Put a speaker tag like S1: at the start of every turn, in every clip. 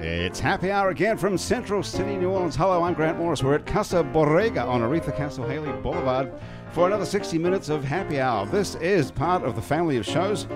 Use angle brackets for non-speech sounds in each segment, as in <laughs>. S1: It's happy hour again from Central City, New Orleans. Hello, I'm Grant Morris. We're at Casa Borrega on Aretha Castle Haley Boulevard for another 60 minutes of happy hour. This is part of the family of shows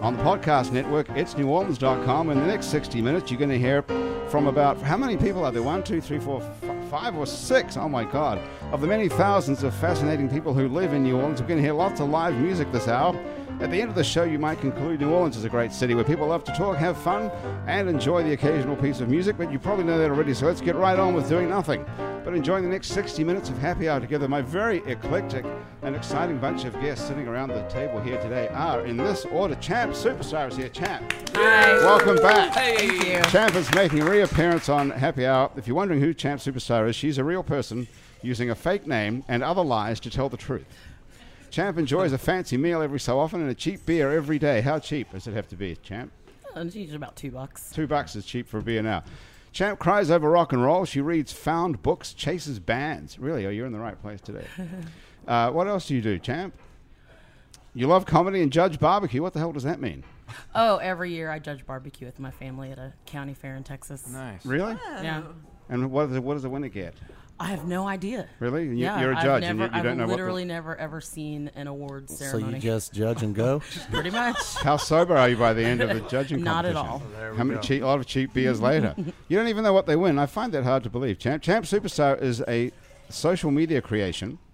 S1: on the podcast network. It's neworleans.com. In the next 60 minutes, you're going to hear from about how many people are there? One, two, three, four, f- five, or six? Oh my God. Of the many thousands of fascinating people who live in New Orleans, we're going to hear lots of live music this hour. At the end of the show, you might conclude New Orleans is a great city where people love to talk, have fun, and enjoy the occasional piece of music, but you probably know that already, so let's get right on with doing nothing. But enjoying the next 60 minutes of happy hour together. My very eclectic and exciting bunch of guests sitting around the table here today are, in this order, Champ Superstar is here. Champ, welcome back.
S2: Hey.
S1: Champ is making a reappearance on Happy Hour. If you're wondering who Champ Superstar is, she's a real person using a fake name and other lies to tell the truth. Champ enjoys a fancy meal every so often and a cheap beer every day. How cheap does it have to be, Champ?
S3: And she's about two bucks.
S1: Two bucks is cheap for a beer now. Champ cries over rock and roll. She reads found books, chases bands. Really, oh, you're in the right place today. Uh, what else do you do, Champ? You love comedy and judge barbecue. What the hell does that mean?
S3: Oh, every year I judge barbecue with my family at a county fair in Texas.
S2: Nice.
S1: Really?
S3: Yeah.
S1: And what, does the, what does the winner get?
S3: I have no idea.
S1: Really? You,
S3: yeah,
S1: you're a
S3: I've
S1: judge and
S3: Never,
S1: you, you don't
S3: I've
S1: know what. the-
S3: literally never ever seen an award
S4: So
S3: ceremony.
S4: you just judge
S1: <laughs>
S4: and go?
S3: <laughs> pretty much.
S1: <laughs> How sober are you by the end
S3: <laughs>
S1: of the judging
S3: Not at
S1: competition?
S3: all.
S1: How many cheap, a lot of cheap
S3: <laughs>
S1: beers later? you don't even know what they win. I find that hard to believe. Champ, Champ Superstar is a social media creation. <laughs>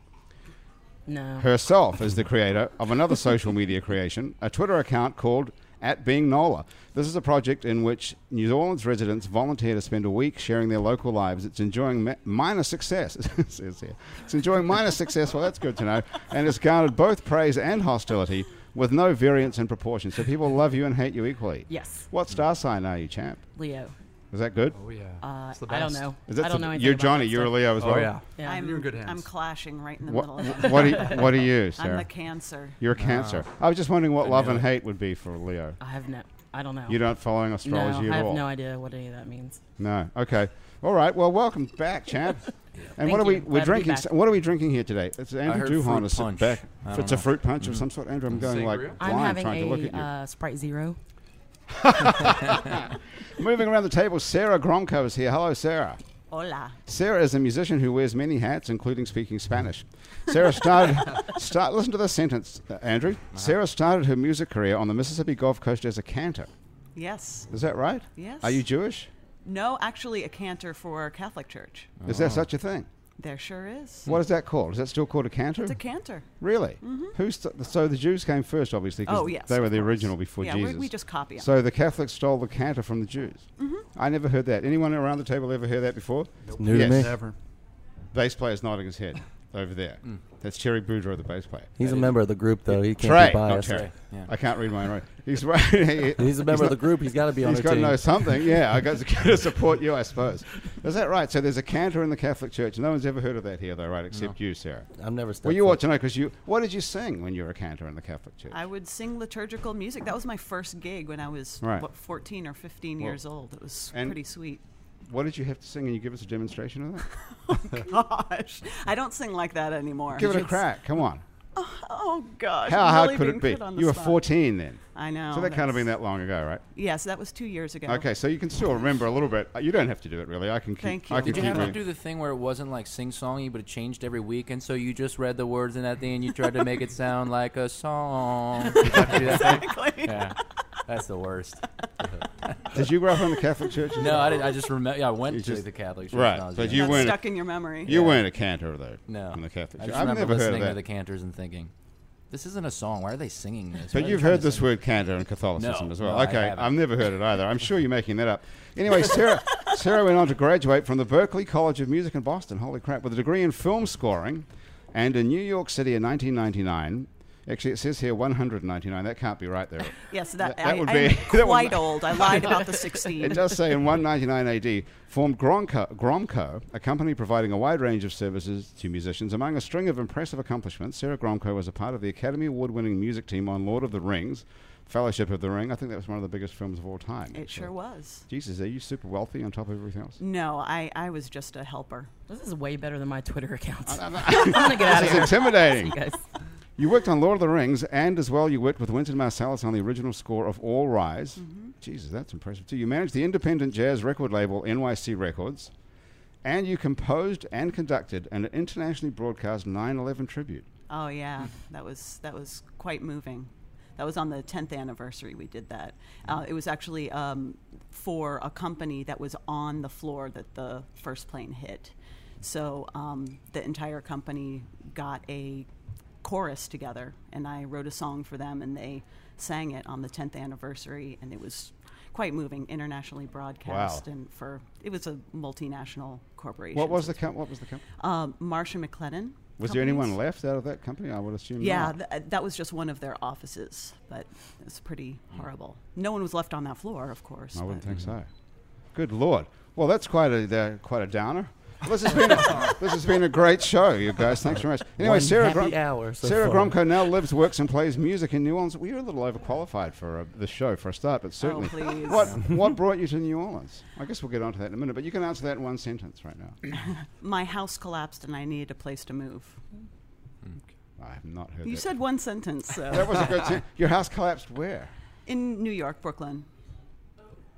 S3: No.
S1: Herself is the creator of another social media creation, a Twitter account called at being Nola. This is a project in which New Orleans residents volunteer to spend a week sharing their local lives. It's enjoying ma- minor success. <laughs> it says here. It's enjoying minor success. Well, that's good to know. And it's garnered both praise and hostility with no variance in proportion. So people love you and hate you equally.
S3: Yes,
S1: What star sign are you, champ?
S3: Leo.
S1: Is that good?
S2: Oh yeah.
S3: Uh,
S2: It's the
S3: I don't
S2: best.
S3: know.
S1: Is that
S3: I don't
S1: the-
S3: know anything
S1: You're
S3: about
S1: Johnny.
S3: that
S1: You're a
S3: stuff.
S1: Leo as
S2: Oh
S1: well.
S2: yeah.
S3: Yeah.
S5: I'm,
S2: You're in good hands.
S5: I'm clashing right in the
S1: What,
S5: middle of it.
S1: what, are you, what are you,
S5: I'm
S1: Sarah?
S5: the cancer.
S1: You're a Cancer. I was just wondering what
S4: I
S1: love
S4: knew
S1: and
S4: it.
S1: hate would be for Leo.
S3: I have no. I don't know.
S1: You're not following astrology
S3: no,
S1: at
S3: I have
S1: all.
S3: no idea what any of that means.
S1: No. Okay. All right. Well, welcome
S3: <laughs>
S1: back, champ. And
S3: Thank
S1: what are we
S3: you.
S1: we're
S3: Glad to be
S1: drinking?
S3: back.
S1: s- What are we drinking here today? It's Andrew
S4: heard
S1: Duhon
S4: fruit
S1: is sitting
S4: punch.
S1: back.
S4: I don't
S1: It's a
S4: know.
S1: fruit punch of some sort. Andrew, I'm going like
S2: Sangria?
S3: Mm-hmm. I'm
S1: blind
S3: having
S1: trying to look at
S3: a
S1: you.
S3: uh, Sprite Zero.
S1: Moving around the table, Sarah Gromko is here. Hello, Sarah.
S5: Hola.
S1: Sarah is a musician who wears many hats, including speaking Spanish.
S3: <laughs>
S1: Sarah started. start, listen to this sentence, uh, Andrew.
S3: Uh-huh.
S1: Sarah started her music career on the Mississippi Gulf Coast as a cantor.
S5: Yes.
S1: Is that right?
S5: Yes.
S1: Are you Jewish?
S5: No, actually, a cantor for Catholic Church.
S1: Is
S4: Oh.
S1: there such a thing?
S5: There sure is.
S1: What is that called? Is that still called a cantor?
S5: It's a cantor.
S1: Really? Who's th- so the Jews came first, obviously. 'cause
S5: Oh, yes,
S1: they were
S5: of
S1: the
S5: course.
S1: original before
S5: Yeah, we-
S1: Jesus.
S5: we just copy 'em.
S1: So the Catholics stole the cantor from the Jews.
S5: Mm-hmm.
S1: I never heard that. Anyone around the table ever hear that before?
S4: New
S1: Yes.
S4: to me.
S2: Never.
S1: Bass player's nodding his head over there. That's Cherry Boudreau, the bass player.
S4: He's a member of the group, though. He Mm. can't
S1: Trey,
S4: be
S1: not
S4: biased.
S1: Terry.
S4: Yeah.
S1: I can't read my own. writing. He's <laughs> right. he-
S4: He's a member
S1: not-
S4: of the group. He's got to be on
S1: He's
S4: our
S1: got to
S4: team.
S1: know something. Yeah, I got <laughs>
S4: <laughs>
S1: to, got to support you, I suppose. Is that right? So there's a cantor in the Catholic Church. No one's ever heard of that here, though, right? Except you, Sarah.
S4: I've never
S1: Well,
S4: stepped
S1: you
S4: foot.
S1: ought to know because you. What did you sing when you were a cantor in the Catholic Church?
S5: I would sing liturgical music. That was my first gig when I was
S1: Right.
S5: what, 14 or 15 years old. It was
S1: and- <laughs>
S5: pretty sweet. <laughs>
S1: What did you have to sing? And you give us a demonstration of that?
S5: Oh, Gosh, I don't sing like that anymore.
S1: give it a crack. Come on.
S5: Oh gosh,
S1: How
S5: I'm
S1: hard
S5: really
S1: could
S5: being
S1: it be?
S5: put on the
S1: You were
S5: spot.
S1: 14 then.
S5: I know.
S1: so that can't have
S5: that's-
S1: been that long ago, right?
S5: Yes, that was two years ago. <laughs>
S1: Okay, so you can still remember a little bit. Uh, You don't have to do it, really. I can keep.
S5: Thank
S1: I
S5: you.
S1: can
S6: Did you
S1: keep
S6: have to
S1: reading.
S6: do the thing where it wasn't like sing songy, but it changed every week, and so you just read the words in that thing and you tried to make it sound like a song? Did you have to do that thing?
S5: Exactly.
S6: <laughs> Yeah, that's the worst.
S1: Did you grow up in the Catholic Church?
S6: No, I, did, I just remember. Yeah, I went
S1: You
S6: to
S1: just-
S6: the Catholic church.
S1: Right,
S6: when I was
S1: but
S6: young.
S1: you
S5: That's
S1: weren't-
S5: stuck in your memory.
S1: You weren't a cantor though.
S6: no
S1: in the Catholic
S6: I
S1: Church.
S6: just
S1: I've
S6: remember
S1: never heard of
S6: listening
S1: that.
S6: to the cantors and thinking, this isn't a song. Why are they singing this? Why
S1: But
S6: are
S1: you've
S6: they
S1: heard
S6: trying to
S1: this
S6: sing
S1: word cantor in Catholicism
S6: No,
S1: as well.
S6: no, I
S1: okay,
S6: haven't.
S1: I've never heard it either. I'm sure you're making that up.
S6: <laughs>
S1: Anyway, Sarah, Sarah went on to graduate from the Berklee College of Music in Boston. Holy crap! With a degree in film scoring, and in New York City in 1999. Actually, it says here 199. That can't be right there.
S5: Yes,
S1: That-
S5: that,
S1: that
S5: I,
S1: would be-
S5: I'm
S1: <laughs> that would
S5: quite
S1: be-
S5: old. I lied about the
S1: <laughs>
S5: 16.
S1: It does say in 199 AD, formed Gronco, Gromco, a company providing a wide range of services to musicians. Among a string of impressive accomplishments, Sarah Gromco was a part of the Academy Award winning music team on Lord of the Rings, Fellowship of the Ring. I think that was one of the biggest films of all time.
S5: It sure was.
S1: Jesus, are you super wealthy on top of everything
S5: <laughs>
S1: else?
S5: No, I, I was just a helper.
S3: This is way better than my Twitter account. <laughs> I'm gonna get out
S1: <laughs>
S3: of
S1: This is
S3: here.
S1: intimidating.
S3: You guys.
S1: You worked on Lord of the Rings, and as well, you worked with Wynton Marsalis on the original score of All Rise. Jesus, that's impressive too. You managed the independent jazz record label NYC Records, and you composed and conducted an internationally broadcast 9/11 tribute.
S5: Oh yeah, that was that was quite moving. That was on the 10th anniversary we did that. Uh, it was actually um, for a company that was on the floor that the first plane hit. So um, the entire company got a chorus together, and I wrote a song for them, and they sang it on the 10th anniversary, and it was quite moving, internationally broadcast, and for it was a multinational corporation.
S1: What was
S5: so
S1: the com- what was the company?
S5: um, Marsha McLennan.
S1: Was there anyone
S5: Companies.
S1: left out of that company? I would assume.
S5: Yeah,
S1: not.
S5: th- uh, that was just one of their offices, but it's pretty horrible. No one was left on that floor, of course.
S1: Hmm. I wouldn't
S5: but-
S1: think so. Good lord. Well, that's quite a uh, quite a downer. Well, this has been
S4: <laughs>
S1: a, this has been a great show, you guys. Thanks very much. Anyway,
S4: One
S1: Sarah
S4: happy
S1: Grom-
S4: hour so
S1: Sarah
S4: far.
S1: Gromko now lives, works, and plays music in New Orleans. We were a little overqualified for uh, the show for a start,
S4: Oh,
S1: but certainly.
S4: <laughs>
S5: please.
S1: What what brought you to New Orleans? I guess we'll get onto that in a minute, but you can answer that in one sentence right now.
S5: My house collapsed, and I needed a place to move.
S1: I have not heard.
S5: You
S1: that.
S5: said one sentence, so
S1: <laughs> that was a good.
S4: <laughs>
S1: Sen- Your house collapsed where?
S5: in New York, Brooklyn.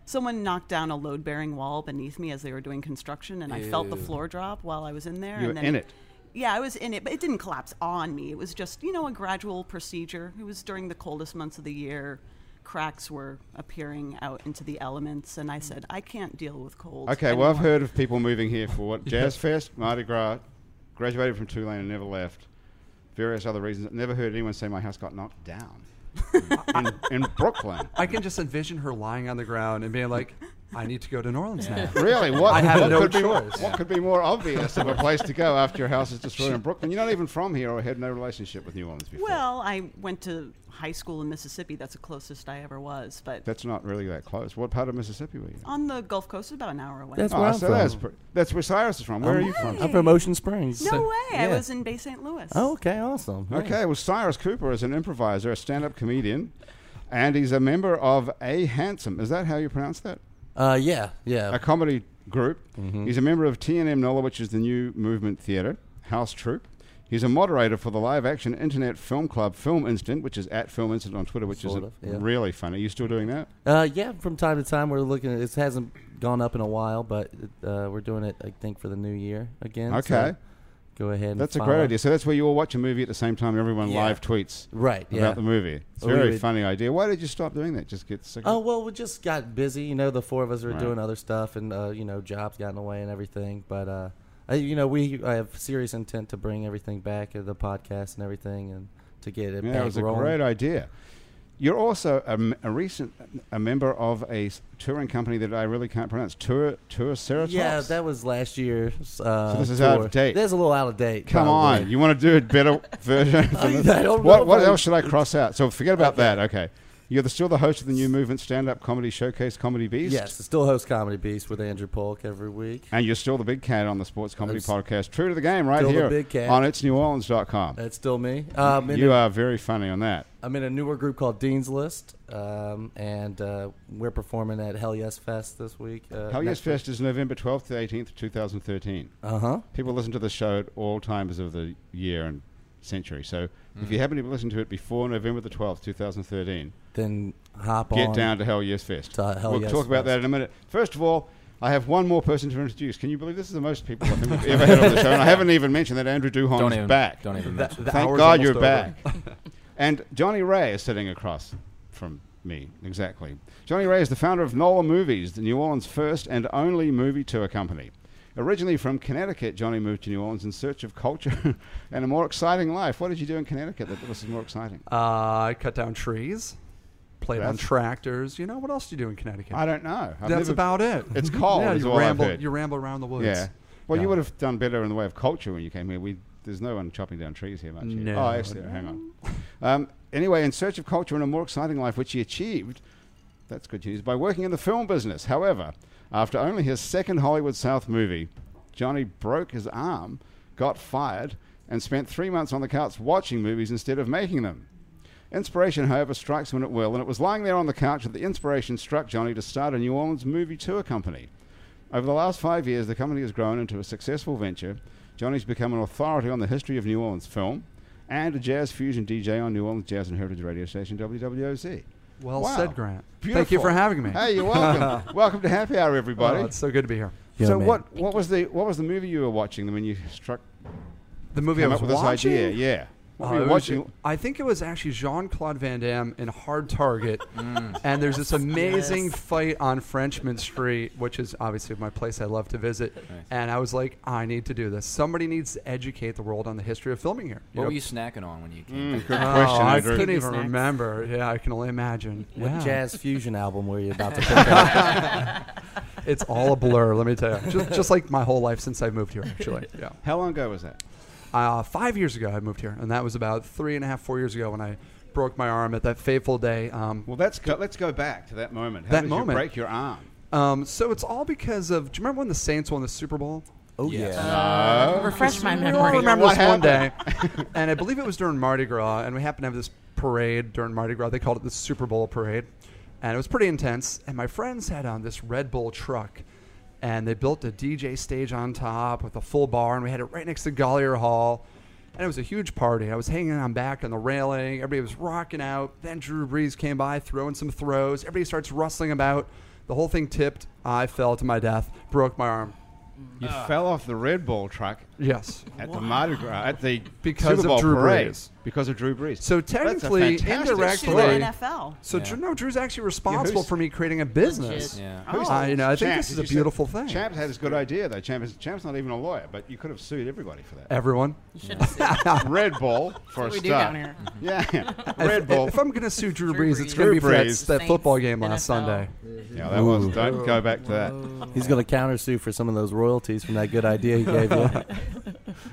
S5: Someone knocked down a load-bearing wall beneath me as they were doing construction, and I felt the
S6: Ew.
S5: floor drop while I was in there.
S1: You
S5: and
S1: were
S5: then
S1: in it.
S5: Yeah, I was in it, but it didn't collapse on me. It was just, you know, a gradual procedure. It was during the coldest months of the year. Cracks were appearing out into the elements, and I said, I can't deal with cold.
S1: Okay, well, I've
S5: anymore."
S1: heard of people moving here for
S4: <laughs>
S1: what? Jazz Fest, Mardi Gras, graduated from Tulane and never left, various other reasons. Never heard anyone say my house got knocked
S4: <laughs>
S1: down in, in Brooklyn.
S2: I can just envision her lying on the ground and being like, "I need to go to New
S3: <laughs>
S2: Orleans now."
S1: Really? What,
S2: I had
S1: what
S2: no
S1: could
S2: choice.
S1: Be, what could be more obvious of a place to go after your house is destroyed in Brooklyn? You're not even from here or had no relationship with New Orleans before.
S5: Well, I went to high school in Mississippi. That's the closest I ever was, but
S1: That's not really that close. What part of Mississippi were you? in?
S5: on the Gulf Coast, it was about an hour away.
S4: That's
S1: Oh,
S4: where I'm
S1: so
S4: from.
S1: that's, pre- that's where Cyrus is from. Where are you from?
S4: I'm from Ocean Springs.
S5: no way! I
S4: yeah.
S5: was in Bay St. Louis.
S4: Oh, okay, awesome. Yeah.
S1: Okay, well, Cyrus Cooper is an improviser, a stand up comedian, and he's a member of A Handsome. Is that how you pronounce that?
S4: Uh, yeah, yeah.
S1: a comedy group.
S4: Mm-hmm.
S1: He's a member of TNM NOLA, which is the new movement theatre house troupe. He's a moderator for the live action internet film club Film Instant, which is at Film Instant on Twitter, which
S4: Sort
S1: is
S4: of, yeah.
S1: really funny. Are you still doing that?
S4: Uh, yeah, from time to time we're looking. At, it hasn't gone up in a while, but uh, we're doing it. I think for the new year again.
S1: Okay.
S4: so go ahead. And
S1: That's a
S4: follow.
S1: great idea. So that's where you all watch a movie at the same time. Everyone
S6: Yeah.
S1: live tweets
S4: Right.
S1: about
S4: Yeah.
S1: the movie. It's a
S4: Or we
S1: very
S4: would-
S1: funny idea. Why did you stop doing that? Just get sick. of
S4: Oh
S1: it?
S4: well, we just got busy. You know, the four of us were
S1: Right.
S4: doing other stuff, and uh, you know, jobs got in the way and everything. But uh, I, you know, we I have serious intent to bring everything back uh, the podcast and everything, and to get it
S1: yeah,
S4: back
S1: it was a
S4: rolling.
S1: great idea. You're also a, m- a recent a member of a s- touring company that I really can't pronounce. Tour Tour Ceratops.
S4: yeah, that was last year. Uh,
S1: So this is
S4: tour.
S1: out of date.
S4: There's a little out of date.
S1: Come
S4: probably.
S1: on, you want to do a better
S4: <laughs>
S1: version?
S4: I
S1: than this?
S4: don't know
S1: what
S4: if
S1: what
S4: I-
S1: else should I cross out? So forget about that. Okay, you're the, still the host of the new movement stand-up comedy showcase, Comedy Beast.
S4: Yes, I still host Comedy Beast with Andrew Polk every week.
S1: and you're still the big cat on the sports comedy
S4: That's-
S1: podcast. True to the game, right
S4: Still the
S1: here
S4: big cat.
S1: on itsneworleans.com.
S4: That's still me. Um, in
S1: you uh,
S4: a,
S1: are very funny on that.
S4: I'm in a newer group called Dean's List, um, and uh, we're performing at Hell Yes Fest this week. Uh,
S1: Hell Yes Fest is November 12th to 18th, 2013.
S4: Uh huh.
S1: People listen to the show at all times of the year and century. So if you happen to listen to it before November the 12th, 2013,
S4: Then hop on.
S1: Get down to Hell Yes Fest.
S4: To Hell
S1: we'll
S4: Yes
S1: talk about
S4: Fest.
S1: that in a minute. First of all, I have one more person to introduce. Can you believe this is the most people I think we've ever had on the show? And I haven't even mentioned that Andrew Duhon
S6: Don't
S1: is
S6: even
S1: back.
S6: Don't
S1: <laughs>
S6: even mention.
S2: The
S1: Thank
S2: hour's
S1: God you're
S2: almost over.
S1: back. and Johnny Ray is sitting across from me, exactly. Johnny Ray is the founder of NOLA Movies, the New Orleans' first and only movie tour company. Originally from Connecticut, Johnny moved to New Orleans in search of culture <laughs> and a more exciting life. What did you do in Connecticut that was more exciting?
S2: Uh, I cut down trees, played on
S1: That's-
S2: tractors. You know what else do you do in Connecticut?
S1: I don't know. I've
S2: That's
S1: never-
S2: about it.
S1: It's cold,
S2: yeah,
S1: is
S2: you
S1: all I've
S2: ramble.
S1: heard.
S2: You ramble around the woods.
S1: Yeah. Well, you
S2: Yeah.
S1: would have done better in the way of culture when you came here. We there's no one chopping down trees here much. Here.
S2: No.
S1: Oh, actually, hang on. Um, anyway, in search of culture and a more exciting life, which he achieved. That's good news. By working in the film business, however, after only his second Hollywood South movie, Johnny broke his arm, got fired, and spent three months on the couch watching movies instead of making them. Inspiration, however, strikes when it will, and it was lying there on the couch that the inspiration struck Johnny to start a New Orleans movie tour company. Over the last five years, the company has grown into a successful venture. Johnny's become an authority on the history of New Orleans film and a jazz fusion DJ on New Orleans Jazz and Heritage Radio Station, WWOC.
S2: Well
S1: Wow.
S2: said, Grant. Thank you for having me.
S1: Hey, you're
S2: <laughs>
S1: welcome. welcome to Happy Hour, everybody.
S2: Oh, it's so good to be here.
S4: Yeah,
S1: so
S4: man.
S1: what what was the what was the movie you were watching when you struck
S2: The movie I
S1: came
S2: was
S1: up with
S2: watching.
S1: this idea? Yeah. What
S2: Uh,
S1: were
S2: it
S1: you
S2: was-
S1: watching?
S2: I think it was actually Jean Claude Van Damme in Hard Target, and there's this amazing
S3: Yes.
S2: fight on Frenchman Street, which is obviously my place I love to visit. And I was like, I need to do this. Somebody needs to educate the world on the history of filming here.
S6: What
S2: know?
S6: were you snacking on when you came?
S1: Good question,
S2: Oh, I
S1: Andrew.
S2: couldn't
S3: Maybe
S2: even
S3: snacks.
S2: remember. Yeah, I can only imagine.
S4: What
S2: Yeah.
S4: jazz fusion album were you about to pick up?
S2: <laughs> It's all a blur. Let me tell you. Just, just like my whole life since I moved here, actually. Yeah.
S1: How long ago was that?
S2: Uh, five years ago, I moved here, and that was about three and a half, four years ago when I broke my arm at that fateful day. Um,
S1: Well, let's go, let's go back to that moment. How
S2: That
S1: did you
S2: moment.
S1: break your arm?
S2: um, so it's all because of. Do you remember when the Saints won the Super Bowl?
S4: Oh
S6: Yes.
S4: yeah.
S2: Uh,
S1: Oh.
S3: Refresh my
S2: We all
S3: memory.
S2: remember
S1: What
S2: this one day, and I believe it was during Mardi Gras, and we happened to have this parade during Mardi Gras. They called it the Super Bowl parade, and it was pretty intense. And my friends had on this Red Bull truck, and they built a DJ stage on top with a full bar, and we had it right next to Gollier Hall. And it was a huge party. I was hanging on back on the railing. Everybody was rocking out. Then Drew Brees came by, throwing some throws. Everybody starts rustling about. The whole thing tipped. I fell to my death, broke my arm.
S1: You fell off the Red Bull truck
S2: Yes.
S1: at the Mardi Gras at the
S2: <laughs> Because
S1: Super
S2: of
S1: Bowl
S2: Drew
S1: parade
S2: Brees.
S1: because of Drew Brees.
S2: So
S1: That's a
S2: technically,
S1: fantastic
S5: To the
S2: indirectly-
S1: story.
S5: NFL.
S2: So
S6: Yeah.
S2: Drew, no, Drew's actually responsible for me creating a business.
S3: Legit.
S6: Yeah.
S1: Who's-
S2: Uh, you know, I think
S1: Champ,
S2: this
S1: did
S2: is a
S1: Oh, you say-
S2: beautiful thing.
S1: Champ had this good idea though. Champ is, Champ's not even a lawyer, but you could have sued everybody for that.
S2: Everyone,
S3: You should have seen
S1: Red Bull for
S3: what
S1: a
S3: we do
S1: start.
S3: down here. <laughs>
S1: Yeah, Red
S2: if,
S1: Bull.
S2: If I'm going to sue Drew
S3: Drew
S2: Brees, it's
S3: Brees.
S2: going to
S1: Drew
S2: be for that,
S1: Brees.
S2: that football game
S3: Saints,
S2: last
S3: NFL.
S2: Sunday.
S1: yeah, that was. Don't go back to that.
S4: He's gonna countersue for some of those royalties from that good idea he gave
S1: <laughs>
S4: you.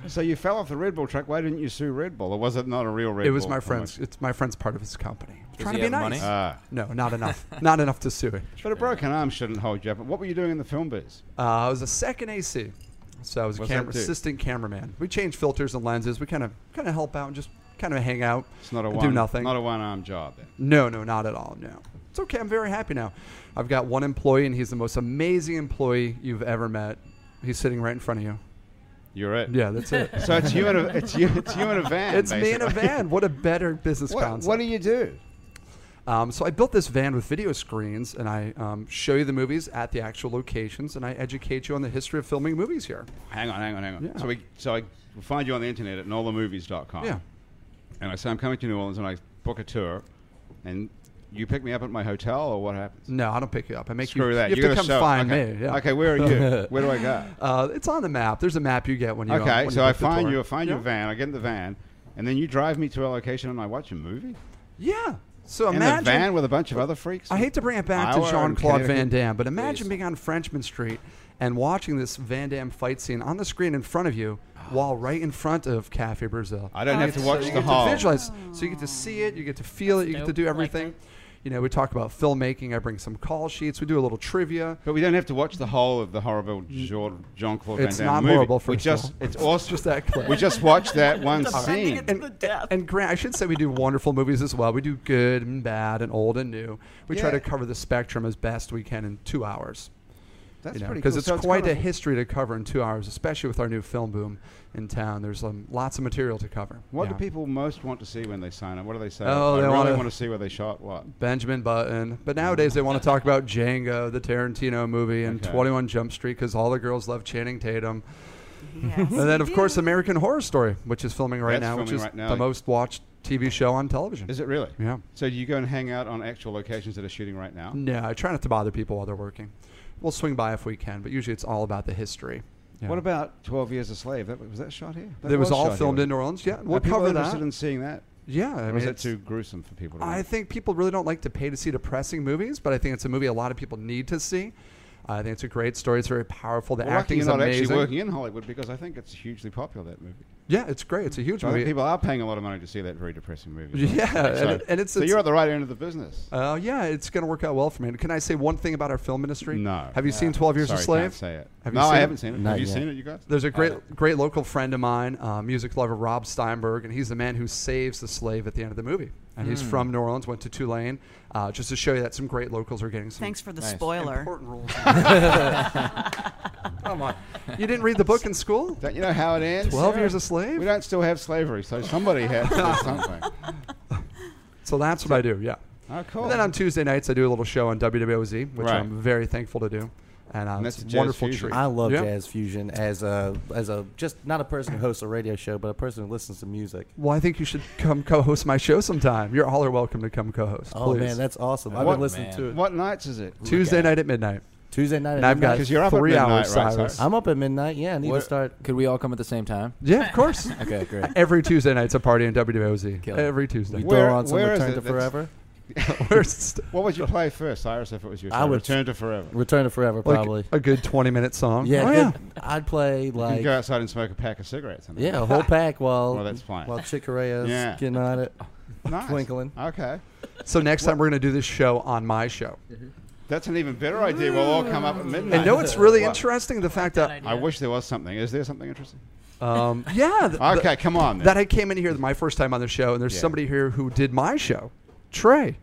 S1: So you fell off the Red Bull truck. Why didn't you sue Red Bull? Or was it not a real Red Bull? Oh,
S2: It was my friend's.
S1: promotion?
S2: It's my friend's part of his company. I'm trying
S6: he
S2: to be
S6: have
S2: nice.
S6: money?
S1: Ah.
S2: No, not enough. not enough to sue it.
S1: But a broken arm shouldn't hold you up. What were you doing in the film booth?
S2: Uh, I was a second AC, so I was a
S1: What's that
S2: camera,
S1: do?
S2: assistant cameraman. We change filters and lenses. We kind of kind of help out and just kind of hang out.
S1: It's not a
S2: and
S1: one.
S2: do nothing.
S1: Not a one-arm job. Then.
S2: No, no, not at all. No. It's okay. I'm very happy now. I've got one employee, and he's the most amazing employee you've ever met. He's sitting right in front of you.
S1: You're it.
S2: Yeah, that's it.
S1: <laughs>
S2: <laughs>
S1: So it's you in a it's you it's you in a van.
S2: it's me in a
S1: basically.
S2: van. What a better business
S1: What,
S2: concept.
S1: what do you do?
S2: um, so I built this van with video screens, and I um, show you the movies at the actual locations, and I educate you on the history of filming movies here.
S1: Hang on, hang on, hang on.
S2: Yeah.
S1: So we so I find you on the internet at nolamovies.com.
S2: Yeah.
S1: And I say I'm coming to New Orleans, and I book a tour, and you pick me up at my hotel, or what happens?
S2: No, I don't pick you up. I make
S1: Screw
S2: you.
S1: that.
S2: You have
S1: You're gonna
S2: to come
S1: show-
S2: find
S1: okay.
S2: me. Yeah.
S1: Okay, where are
S2: <laughs>
S1: you? where do I go?
S2: Uh, it's on the map. There's a map you get when you. uh,
S1: Okay,
S2: when
S1: so
S2: you
S1: I
S2: book the
S1: find
S2: tour.
S1: you, I find your
S2: Yeah.
S1: van, I get in the van, and then you drive me to a location, and I watch a movie
S2: Yeah. So
S1: in
S2: imagine
S1: a van with a bunch of other freaks.
S2: I hate to bring it back
S1: Iowa
S2: to
S1: and
S2: Jean Claude Van
S1: Connecticut.
S2: Damme, but imagine
S6: Please.
S2: being on Frenchman Street and watching this Van Damme fight scene on the screen in front of you, while right in front of Cafe Brazil.
S1: Ah. I don't have to
S2: So
S1: watch
S2: you
S1: the
S2: get
S1: whole.
S2: to visualize, so you get to see it, you get to feel it, you get to
S3: dope.
S2: do
S3: I like
S2: everything. you know, we talk about filmmaking. I bring some call sheets. We do a little trivia.
S1: But we don't have to watch the whole of the horrible Jean Claude Van Damme
S2: It's not
S1: movie.
S2: horrible,
S1: we
S2: first of
S1: just
S2: all.
S1: it's awesome.
S2: Just
S1: <laughs>
S2: that clip.
S1: We just watch that one
S5: Defending
S1: scene.
S5: it to the death.
S2: And Grant, I should say we do wonderful movies as well. We do good and bad and old and new. We try
S1: Yeah.
S2: to cover the spectrum as best we can in two hours.
S1: That's
S2: you know,
S1: pretty
S2: because
S1: cool.
S2: it's
S1: So
S2: quite
S1: kind
S2: a
S1: of-
S2: history to cover in two hours, especially with our new film boom in town. There's um, lots of material to cover.
S1: What
S2: Yeah.
S1: do people most want to see when they sign up? What do they say?
S2: Oh,
S1: I
S2: they
S1: really
S2: wanna-
S1: want to see where they shot what.
S2: Benjamin Button, but nowadays they want to talk about Django, the Tarantino movie, and
S1: Okay.
S2: 21 Jump Street because all the girls love Channing Tatum,
S5: Yes,
S2: and then
S5: we
S2: of
S5: do.
S2: course American Horror Story, which is filming right
S1: That's
S2: now, which
S1: filming
S2: is
S1: right now.
S2: the most watched TV show on television.
S1: Is it really?
S2: Yeah.
S1: So do you go and hang out on actual locations that are shooting right now?
S2: No, I try not to bother people while they're working. We'll swing by if we can, but usually it's all about the history. Yeah.
S1: What about Twelve Years a Slave? That, was that shot here? That
S2: It was all
S1: shot
S2: filmed
S1: here.
S2: in New Orleans. Yeah,
S1: Are
S2: we'll
S1: people
S2: cover
S1: interested
S2: that.
S1: in seeing that?
S2: yeah, I
S1: Or
S2: mean,
S1: is that
S2: it's-
S1: too gruesome for people? To
S2: I
S1: watch?
S2: think people really don't like to pay to see depressing movies, but I think it's a movie a lot of people need to see. I think it's a great story. It's very powerful. The
S1: Well, lucky
S2: acting's
S1: you're not
S2: amazing.
S1: actually working in Hollywood because I think it's hugely popular that movie.
S2: Yeah, it's great. It's a huge
S1: So I think
S2: movie.
S1: people are paying a lot of money to see that very depressing movie.
S2: <laughs> Yeah, and, it- and it's,
S1: so
S2: it's-
S1: you're at the right end of the business.
S2: uh, yeah, it's going to work out well for me. And Can I say one thing about our film industry?
S1: No.
S2: Have you seen Twelve Years
S1: Sorry,
S2: a Slave?
S1: Can't say it.
S2: Have you
S1: no, I
S2: seen it?
S1: haven't seen it.
S4: Not
S1: Have you
S4: yet.
S1: seen it, you guys?
S2: There's a great, great local friend of mine, uh, music lover Rob Steinberg, and he's the man who saves the slave at the end of the movie. And he's
S1: Mm.
S2: from New Orleans, went to Tulane, uh, just to show you that some great locals are getting some
S5: Thanks for the
S6: Nice.
S5: spoiler.
S2: important roles. Come on. You didn't read the book in school?
S1: Don't you know how it ends?
S2: 12
S1: Sarah?
S2: years a slave?
S1: We don't still have slavery, so somebody had to
S2: <laughs>
S1: do something.
S2: So that's what I do, yeah.
S1: Oh, cool.
S2: And then on Tuesday nights, I do a little show on WWOZ, which
S1: Right.
S2: I'm very thankful to do. And, uh,
S1: And that's
S2: it's
S1: a
S2: a
S1: jazz
S2: wonderful
S1: fusion.
S2: treat.
S4: I love
S2: Yeah.
S4: jazz fusion as a as a just not a person who hosts a radio show, but a person who listens to music.
S2: Well, I think you should come co-host my show sometime. You're all are welcome to come co-host.
S4: Oh
S2: please.
S4: man, that's awesome! I've
S1: What-
S4: been listening to it
S1: what nights is it?
S2: Tuesday
S6: Look out.
S2: night at midnight.
S4: Tuesday night.
S2: And
S4: at
S2: I've got
S4: midnight.
S1: you're up at
S2: three
S1: midnight,
S2: hours.
S1: right,
S2: Cyrus.
S1: Cyrus?
S4: I'm up at midnight. Yeah, I need to
S6: What-
S4: start.
S6: Could we all come at the same time?
S2: Yeah,
S4: <laughs>
S2: of course.
S6: Okay, great.
S1: <laughs>
S2: Every Tuesday night's a party in WWOZ.
S6: Kill it.
S2: Every Tuesday.
S4: We
S2: <laughs>
S1: Where-
S4: throw on some
S1: where is
S4: Return
S1: it
S4: to
S1: that's-
S4: Forever.
S2: Worst-
S1: What would you play first, Cyrus, if it was your
S4: I
S1: show?
S4: would-
S1: Return to Forever.
S4: Return to Forever,
S2: like
S4: probably.
S2: a good 20 minute song.
S4: yeah,
S2: Oh,
S4: good. I'd play
S1: you
S4: like
S1: can go outside and smoke a pack of cigarettes. and
S4: yeah a whole pack while
S1: Well, that's fine.
S4: while Chick Corea's
S1: Yeah.
S4: getting on it.
S1: <laughs> nice.
S4: twinkling.
S1: Okay.
S2: So next time we're going to do this show on my show.
S1: That's an even better idea. We'll all come up at midnight.
S2: And no, it's really
S1: Wow.
S2: interesting the fact
S3: That
S2: that,
S3: idea.
S1: I wish there was something. Is there something interesting?
S2: um, yeah, th- th-
S1: Okay, come on. Then.
S2: that I came in here my first time on the show, and there's
S1: Yeah.
S2: somebody here who did my show, Trey.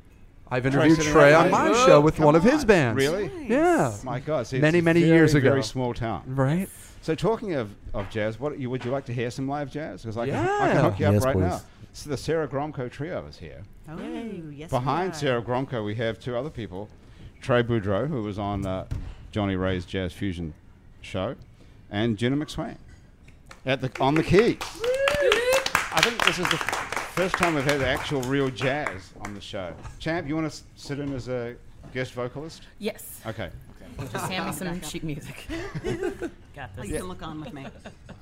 S2: I've interviewed Trey,
S1: sitting
S2: on
S1: right
S2: my
S1: there.
S2: show with
S1: Oh, Come
S2: one of his
S1: on.
S2: bands.
S1: Really?
S2: Yeah.
S1: My God. See,
S2: Many,
S1: it's a
S2: many
S1: very,
S2: years ago.
S1: Very small town.
S2: Right.
S1: So talking of, of jazz, what you, would you like to hear some live jazz? Because I, can, I
S2: Yeah.
S1: can hook you up
S4: Yes,
S1: right
S4: please.
S1: now. So the Sarah Gromko trio is here.
S5: Oh, yes.
S1: Behind Sarah Gromko, we have two other people: Trey Boudreau, who was on uh, Johnny Ray's Jazz Fusion show, and Jenna McSwain at the on the keys. I think this is the first time we've had actual real jazz on the show. Champ, you want to sit in as a guest vocalist?
S3: Yes.
S1: Okay.
S3: Just hand me some sheet
S5: <laughs>
S3: music. Got
S5: Oh,
S3: this.
S5: you can look on with me.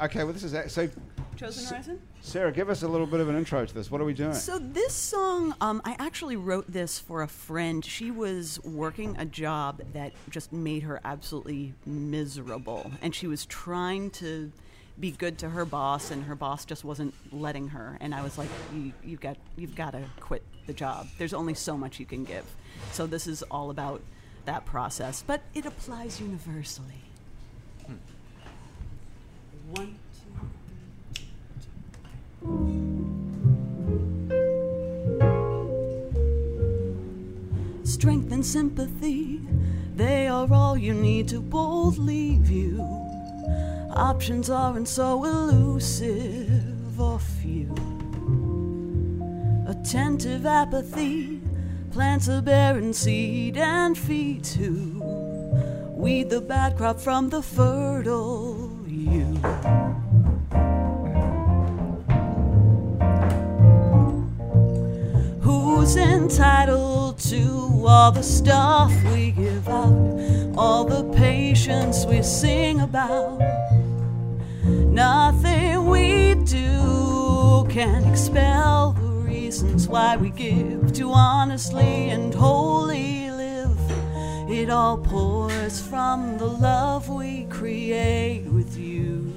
S1: Okay. Well, this is a- so.
S5: Chosen Horizon?
S1: Sarah, give us a little bit of an intro to this. What are we doing?
S5: So this song, um, I actually wrote this for a friend. She was working a job that just made her absolutely miserable, and she was trying to be good to her boss, and her boss just wasn't letting her. And I was like, you, you got, you've got to quit the job. There's only so much you can give. So this is all about that process, but it applies universally. One, two. strength and sympathy. They are all you need to boldly view. Options aren't so elusive or few. Attentive apathy plants a barren seed and feed too. Weed the bad crop from the fertile you. Who's entitled to all the stuff we give out? All the patience we sing about? Nothing we do can expel the reasons why we give to honestly and wholly live. It all pours from the love we create with you.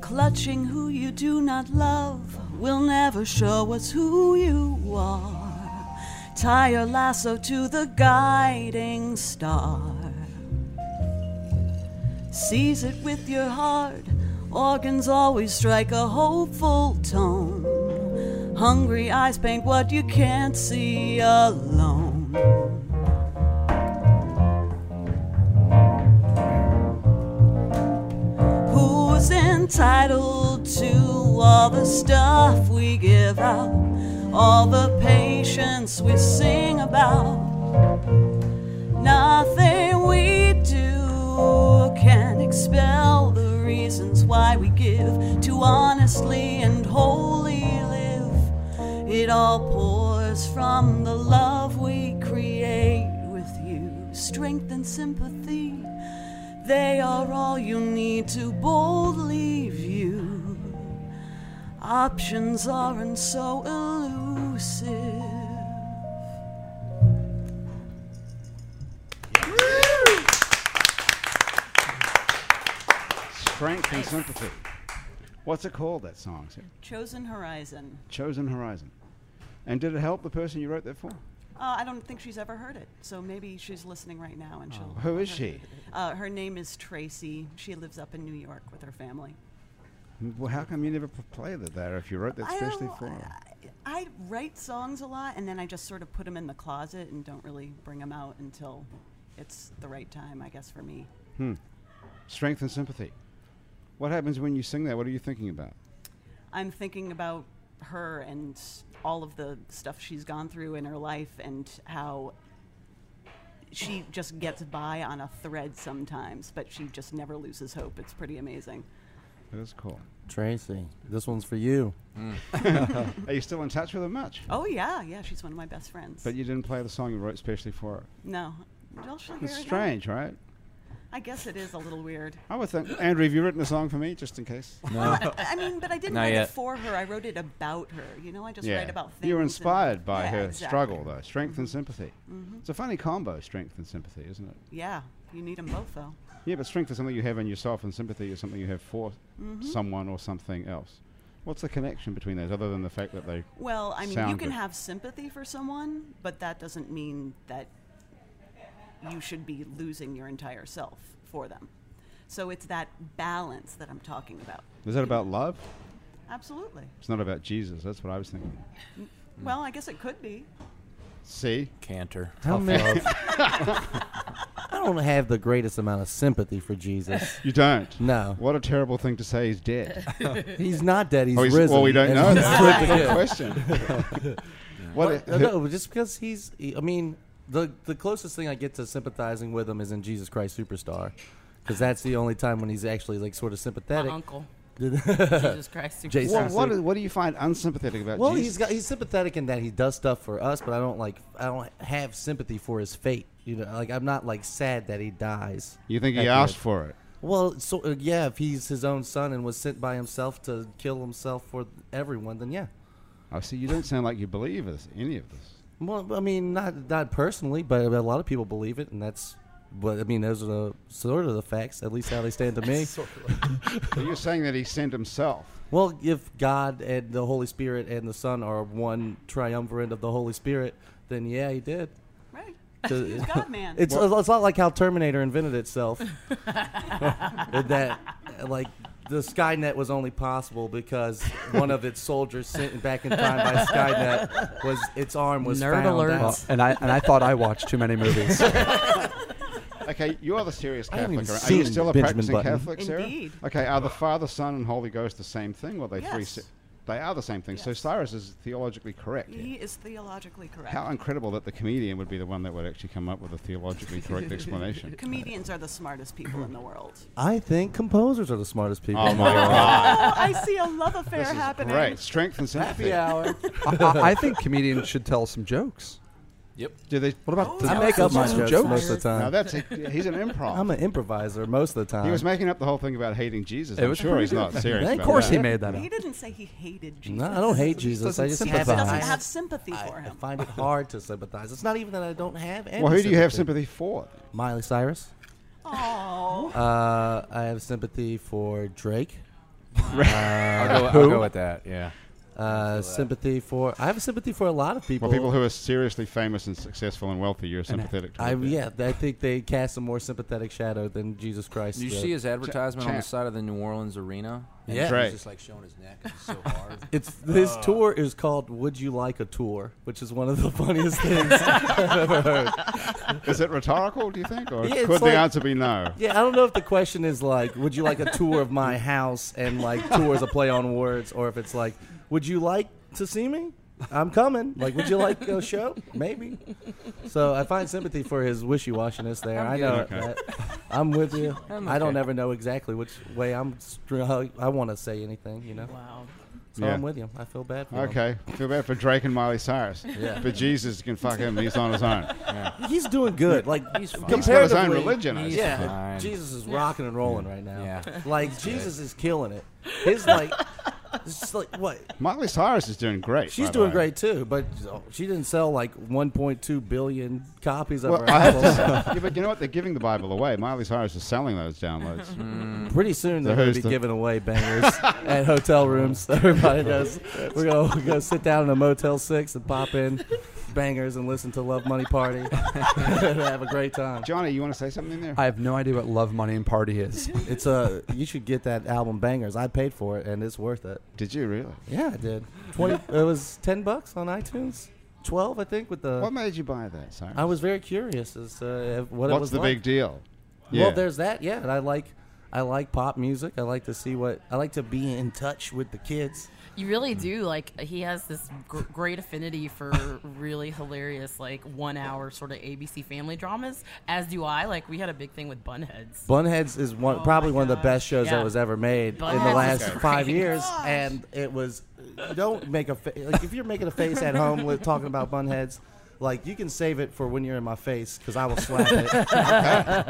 S5: Clutching who you do not love will never show us who you are. Tie your lasso to the guiding star. Seize it with your heart. Organs always strike a hopeful tone. Hungry eyes paint what you can't see alone. Who's entitled to all the stuff we give out? All the patience we sing about? Nothing we do can expel the reasons why we give to honestly and wholly live. It all pours from the love we create with you. Strength and sympathy. They are all you need to boldly view. Options aren't so elusive.
S1: Strength and sympathy. What's it called, that song? Is it
S5: Chosen Horizon.
S1: Chosen Horizon. And did it help the person you wrote that for?
S5: Uh, I don't think she's ever heard it, so maybe she's listening right now and she'll.
S1: Oh, Who is she?
S5: Uh, her name is Tracy. She lives up in New York with her family.
S1: Well, how come you never p- played it there if you wrote that
S5: I
S1: specially
S5: don't-
S1: for her?
S5: I, I write songs a lot, and then I just sort of put them in the closet and don't really bring them out until it's the right time, I guess, for me.
S1: Strength and sympathy. What happens when you sing that? What are you thinking about?
S5: I'm thinking about her and all of the stuff she's gone through in her life and how she just gets by on a thread sometimes, but she just never loses hope. It's pretty amazing.
S1: That is cool.
S4: Tracy, this one's for you.
S1: Are you still in touch with her much?
S5: Oh, yeah, yeah, she's one of my best friends.
S1: But you didn't play the song you wrote specially for her.
S5: no. Well, she'll
S1: It's
S5: hear it now.
S1: strange, right?
S5: I guess it is a little weird. Um,
S1: I would think, Andrew, have you written a song for me, just in case?
S6: No.
S5: I mean, but I didn't
S6: Not
S5: write
S6: yet.
S5: it for her. I wrote it about her. You know, I just write about things.
S1: you were
S5: and-
S1: inspired by
S5: Yeah,
S1: her
S5: exactly. Mm-hmm.
S1: struggle, though. Strength and sympathy. It's a funny combo, strength and sympathy, isn't it?
S5: Yeah, you need them both, though.
S1: Yeah, but strength is something you have in yourself, and sympathy is something you have for someone or something else. What's the connection between those, other than the fact that they?
S5: Well, I mean, you
S1: Sound
S5: can
S1: good.
S5: have sympathy for someone, but that doesn't mean that you should be losing your entire self for them. So it's that balance that I'm talking about.
S1: Is that about love?
S5: Absolutely.
S1: It's not about Jesus. That's what I was thinking. Hmm.
S5: Well, I guess it could be.
S1: See,
S6: Cantor.
S4: How many?
S1: <laughs>
S4: I don't have the greatest amount of sympathy for Jesus.
S1: you don't.
S4: No.
S1: What a terrible thing to say. He's dead.
S4: He's not dead. He's
S1: Oh, he's-
S4: risen.
S1: well, we don't
S4: and
S1: know.
S4: he's
S1: That's
S4: good
S1: a
S4: to
S1: good
S4: go.
S1: question. what?
S4: <laughs> No, no, but just because he's. I mean, the the closest thing I get to sympathizing with him is in Jesus Christ Superstar, because that's the only time when he's actually like sort of
S3: My
S4: sympathetic.
S3: uncle.
S4: well,
S3: Jesus Christ. super-
S4: Jason.
S1: What, what, is, what do you find unsympathetic about Jesus?
S4: he's got he's sympathetic in that he does stuff for us, but I don't like I don't have sympathy for his fate. You know, like I'm not like sad that he dies.
S1: you think he
S4: Accurate.
S1: asked for it?
S4: Well, so uh, yeah, if he's his own son and was sent by himself to kill himself for everyone, then yeah.
S1: I Oh, see. You don't sound like you believe this, any of this.
S4: Well, I mean, not not personally, but a lot of people believe it, and that's. But I mean, those are the sort of the facts, at least how they stand to me.
S1: So you're saying that he sent himself.
S4: well, if God and the Holy Spirit and the Son are one triumvirate of the Holy Spirit, then yeah, he did.
S5: Right.
S4: The-
S5: He's
S1: <laughs>
S5: God man.
S4: It's it's not like how Terminator invented
S5: <laughs>
S4: itself. that like the Skynet was only possible because one of its soldiers sent back in time by Skynet was its arm was
S3: Nerd
S4: found
S3: alert.
S4: out.
S2: Well, and I and I thought I watched too many movies.
S1: Okay, you're the serious
S4: I haven't
S1: Catholic.
S4: even
S1: right? Are you
S4: seen
S1: still a
S4: Benjamin
S1: practicing
S4: Button.
S1: Catholic, Sarah?
S5: Indeed.
S1: Okay, are the Father, Son, and Holy Ghost the same thing? Well, they three.
S5: Yes.
S1: se- They are the same thing. So
S5: Yes.
S1: Cyrus is theologically correct. <laughs>
S5: He is theologically correct.
S1: How incredible that the comedian would be the one that would actually come up with a theologically correct
S5: <laughs>
S1: explanation.
S5: Comedians are the smartest people in
S1: <laughs>
S5: the world.
S4: I think composers are the smartest people.
S1: Oh my God!
S5: Oh, I see a love
S1: <laughs>
S5: affair
S1: This is
S5: happening.
S1: great. Strength and sympathy.
S4: Happy hour.
S2: I, I, I think comedians should tell some jokes.
S6: Yep.
S1: Do they?
S2: What
S5: Oh.
S2: about
S4: <laughs>
S2: the
S4: I make up my
S2: some
S4: jokes, most of the
S1: Now
S4: time.
S1: that's a, he's an improv.
S4: I'm an improviser most of the time.
S1: he was making up the whole thing about hating Jesus.
S2: It
S1: I'm
S2: was
S1: sure
S2: pretty
S1: he's not serious.
S4: Of
S2: Of
S1: about
S2: course,
S1: that.
S2: he made that up.
S5: He didn't say he hated Jesus.
S4: no, I don't <laughs> hate Jesus.
S2: doesn't
S4: I just
S5: He just doesn't
S2: sympathize.
S4: sympathize.
S5: have sympathy for
S4: I
S5: him.
S4: find it hard to sympathize. It's not even that I don't have. Any
S1: Well, who do you have sympathy for?
S4: Miley Cyrus.
S5: Oh,
S4: Uh, I have sympathy for Drake.
S1: Uh,
S6: I'll, go, I'll go with that. Yeah.
S4: Uh, sympathy for I have sympathy for a lot of people.
S1: Well, people who are seriously famous and successful and wealthy, you're sympathetic to.
S4: I
S1: them.
S4: yeah, I think they cast a more sympathetic shadow than Jesus Christ.
S6: You
S4: did.
S6: see his advertisement on the
S1: Champ.
S6: side of the New Orleans arena. And
S4: Yeah.
S1: Right.
S6: He's just like showing his neck. 'cause It's so hard.
S1: <laughs>
S4: It's his
S6: Uh.
S4: tour is called "Would You Like a Tour," which is one of the <laughs> funniest things I've ever heard.
S1: Is it rhetorical? Do you think, or
S4: Yeah, it's
S1: could
S4: like-
S1: the answer be no?
S4: Yeah, I don't know if the question is like, "Would you like a tour of my house?" and like "tour" is a play on words, or if it's like, "Would you like to see me? I'm coming." Like, "Would you like a show? Maybe." So I find sympathy for his wishy-washiness there. i know.
S1: good. Okay.
S4: that- I'm with you.
S6: <laughs> I'm
S4: I don't
S6: okay.
S4: ever know exactly which way I'm. Str- I want to say anything, you know.
S3: Wow.
S4: So
S1: Yeah.
S4: I'm with you. I feel bad for him.
S1: Okay, feel bad for Drake and Miley Cyrus.
S4: Yeah.
S1: But Jesus can fuck him. He's on his own.
S4: He's doing good. Like
S6: He's fine.
S1: He's got his own
S4: Comparatively,
S1: religion. I
S6: he's-
S1: suppose.
S4: Yeah,
S6: Fine.
S4: <laughs> Jesus is rocking and rolling right now.
S6: Yeah.
S4: like Jesus is killing it. His like It's like what?
S1: Miley Cyrus is doing great. by
S4: She's
S1: the
S4: doing
S1: way.
S4: great too, but she didn't sell like 1.2 billion copies of
S1: Well,
S4: her
S1: I have to
S4: <laughs> album.
S1: say- yeah, but you know what? They're giving the Bible away. Miley Cyrus is selling those downloads.
S4: Mm-hmm. Pretty soon they're
S1: So
S4: going
S1: who's
S4: to be
S1: the-
S4: giving away bangers at hotel rooms. <laughs> Everybody does. We're going to go sit down in a Motel 6 and pop in bangers and listen to Love Money Party <laughs> and have a great time.
S1: Johnny, you want to say something there?
S2: I have no idea what love, money, and party is.
S4: It's a you should get that album Bangers. I paid for it and it's worth it.
S1: Did you really?
S4: Yeah, I did. 20 it was 10 bucks on iTunes. 12 I think with the
S1: What made you buy that, Cyrus?
S4: Uh, I was very curious as to if- what it
S1: What's
S4: was
S1: the
S4: like.
S1: big deal?
S4: Well, there's that. Yeah, and I like I like pop music. I like to see what I like to be in touch with the kids.
S3: You really do. Like, he has this gr- great affinity for really hilarious, like, one hour sort of ABC family dramas, as do I. Like, we had a big thing with Bunheads.
S4: Bunheads is one, probably one of the best shows
S3: Oh Yeah.
S4: that was ever made in
S3: Bunheads
S4: the
S3: is
S4: last
S3: great.
S4: five years, and it was. Don't make a fa- like if you're making a face at home with talking about bunheads, like you can save it for when you're in my face because I will slap it.
S3: <laughs>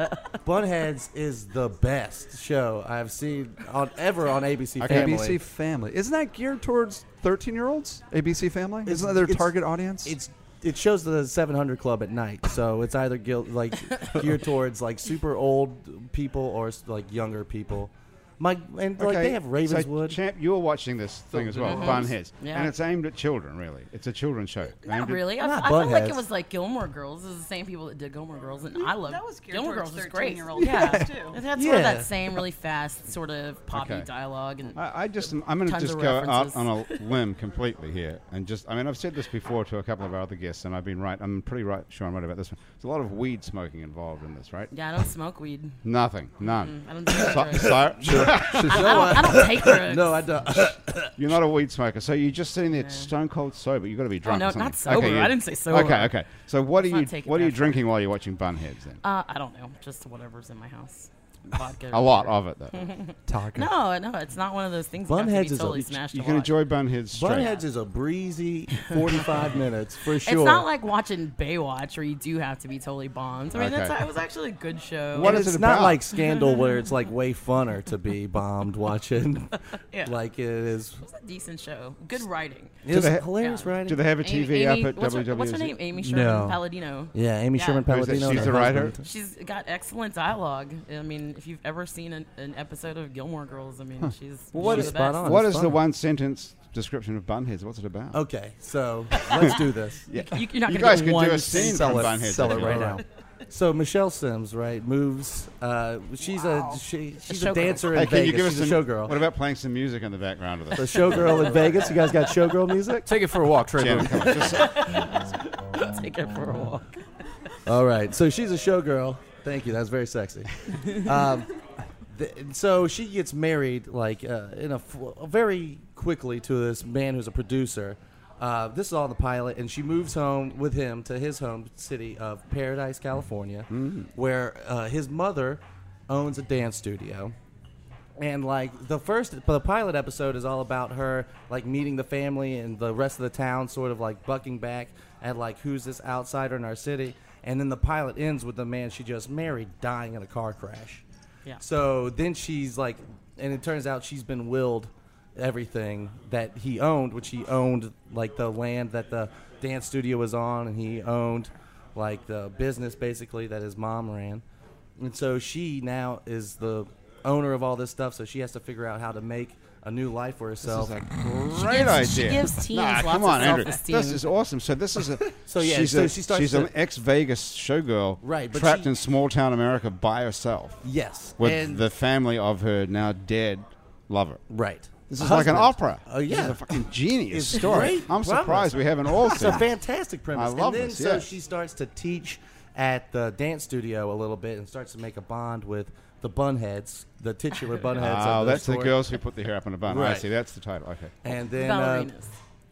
S4: bunheads is the best show I've seen on ever on ABC
S1: Okay.
S4: Family.
S2: ABC Family. Isn't that geared towards 13 year olds? ABC Family?
S4: It's-
S2: Isn't that their
S4: it's-
S2: target audience?
S4: it's it shows the 700 club at night so it's either guilt like geared towards like super old people or s- like younger people my and like they have
S1: So,
S4: ravenswood Mm-hmm.
S1: champ, you were watching this thing as well, Bunheads,
S3: Yeah.
S1: and it's aimed at children. Really, it's a children's show.
S3: Not
S1: aimed at-
S3: really. I,
S4: Not
S3: I felt like it
S4: Bunheads.
S3: was like Gilmore Girls. This is the same people that did Gilmore Girls, and I love
S5: That was geared
S3: Gilmore
S5: towards
S3: Girls. is great.
S5: 13-year-old
S3: yeah,
S5: kids,
S3: that's
S5: too.
S3: sort of
S4: Yeah.
S3: that same really fast sort of poppy
S1: Okay.
S3: dialogue, and
S1: I, I just, I'm going to
S3: Tons
S1: just
S3: of
S1: go out
S3: references.
S1: on a
S3: <laughs>
S1: limb completely here, and just, I mean, I've said this before to a couple of our other guests, and I've been right. I'm pretty right sure I'm right about this one. There's a lot of weed smoking involved in this, right?
S3: yeah, I don't smoke weed.
S1: Nothing, none.
S3: I don't take
S1: Cy-
S3: drugs.
S1: Cyrus,
S3: I, don't, I don't take drugs.
S4: no i don't
S1: <laughs> You're not a weed smoker, so you're just sitting there stone cold sober. You've got to be drunk.
S3: Oh, no,
S1: or something.
S3: not sober.
S1: you-
S3: I didn't say sober.
S1: Okay, okay. So what are
S3: It's not
S1: you
S3: taking
S1: what are you
S3: aspirin.
S1: drinking while you're watching Bunheads then?
S3: Uh, I don't know. Just whatever's in my house. Vodka.
S1: A lot of
S3: <laughs>
S1: it though.
S2: Taco.
S3: No, no, it's not one of those things. Bunheads
S4: Bunheads
S3: is
S4: is a-
S3: totally
S4: you-
S3: smashed.
S1: you
S3: a
S1: can
S3: lot.
S1: enjoy Bunheads straight.
S4: bunheads is a breezy <laughs> 45 minutes for sure
S3: It's not like watching Baywatch, where you do have to be totally bombed. I mean,
S1: Okay.
S3: that's, it was actually a good show.
S1: What
S4: And
S1: is
S4: it's
S1: it
S4: not
S1: about?
S4: like scandal where it's like way funner to be bombed watching <laughs>
S3: Yeah.
S4: like it is
S3: It was a decent show. Good writing.
S4: it was
S1: they ha-
S4: hilarious
S3: Yeah.
S4: writing
S1: Do they have a TV
S3: Amy- Amy-
S1: up at
S3: what's
S1: WWZ?
S3: Her, what's her name? Amy Sherman
S2: No.
S3: Palladino.
S4: yeah amy
S3: Yeah.
S4: sherman
S1: Who is that?
S4: palladino and
S1: She's
S4: her
S1: the writer?
S4: husband.
S3: She's got excellent dialogue. I mean, if you've ever seen an, an episode of Gilmore Girls, I mean, she's,
S4: Well, what
S3: she's
S4: is-
S3: the best.
S4: spot on.
S1: What
S4: It's
S1: is the
S4: fun.
S1: one sentence description of Bunheads? What's it about?
S4: okay so let's do this
S1: Yeah.
S3: You, you're not
S1: You
S3: gonna
S1: guys
S3: get
S1: could
S3: one
S1: do a scene
S3: sentence.
S1: from
S2: Sell it-
S1: Bunheads.
S2: sell
S1: if
S2: it
S1: you
S2: right
S1: want.
S2: now.
S4: So Michelle Sims, right, moves. Uh, she's a she, she's a,
S3: showgirl.
S4: dancer in
S1: Hey, can
S4: Vegas.
S1: you give us
S4: she's
S1: some-
S4: a showgirl.
S1: What about playing some music in the background of
S4: the
S1: this?
S4: showgirl in Vegas? You guys got showgirl music?
S6: Take it for a walk, Trey.
S1: Janet,
S6: Booth.
S4: <laughs>
S1: come on, just-
S3: Take it for a walk.
S4: All right. So she's a showgirl. Thank you. That was very sexy. um, th- so she gets married like uh, in a fl- very quickly to this man who's a producer. Uh, this is all in the pilot, and she moves home with him to his home city of Paradise, California, where uh, his mother owns a dance studio. And like the first, the pilot episode is all about her like meeting the family and the rest of the town, sort of like bucking back at like who's this outsider in our city. And then the pilot ends with the man she just married dying in a car crash.
S3: Yeah.
S4: So then she's like, and it turns out she's been willed everything that he owned, which he owned like the land that the dance studio was on, and he owned like the business basically that his mom ran. And so she now is the owner of all this stuff, so she has to figure out how to make a new life for herself.
S1: Great
S3: gives- she
S1: idea.
S3: gives teens
S1: nah,
S3: lots
S1: come
S3: of
S1: on, Andrew.
S3: self-esteem.
S1: This is awesome. So this is a.
S4: <laughs> So, yeah,
S1: she's
S4: so
S1: a,
S4: she starts
S1: She's
S4: to-
S1: an ex-Vegas showgirl,
S4: Right, but
S1: trapped
S4: she-
S1: in small town America by herself
S4: yes.
S1: with
S4: and
S1: the family of her now dead lover.
S4: right.
S1: This is like an opera.
S4: Oh
S1: This is
S4: yeah.
S1: a fucking genius
S4: It's
S1: story.
S4: great
S1: I'm
S4: premise.
S1: surprised we haven't all
S4: It's
S1: seen.
S4: a
S1: it.
S4: fantastic premise.
S1: I love
S4: and then
S1: this,
S4: so
S1: yeah.
S4: she starts to teach at the dance studio a little bit and starts to make a bond with the bunheads, the titular
S1: <laughs>
S4: bunheads.
S1: Oh,
S4: of
S1: that's the
S4: story.
S1: girls who put their hair up in a bun. I
S4: Right.
S1: see. That's the title. Okay.
S4: And then uh,
S3: Ballerinas.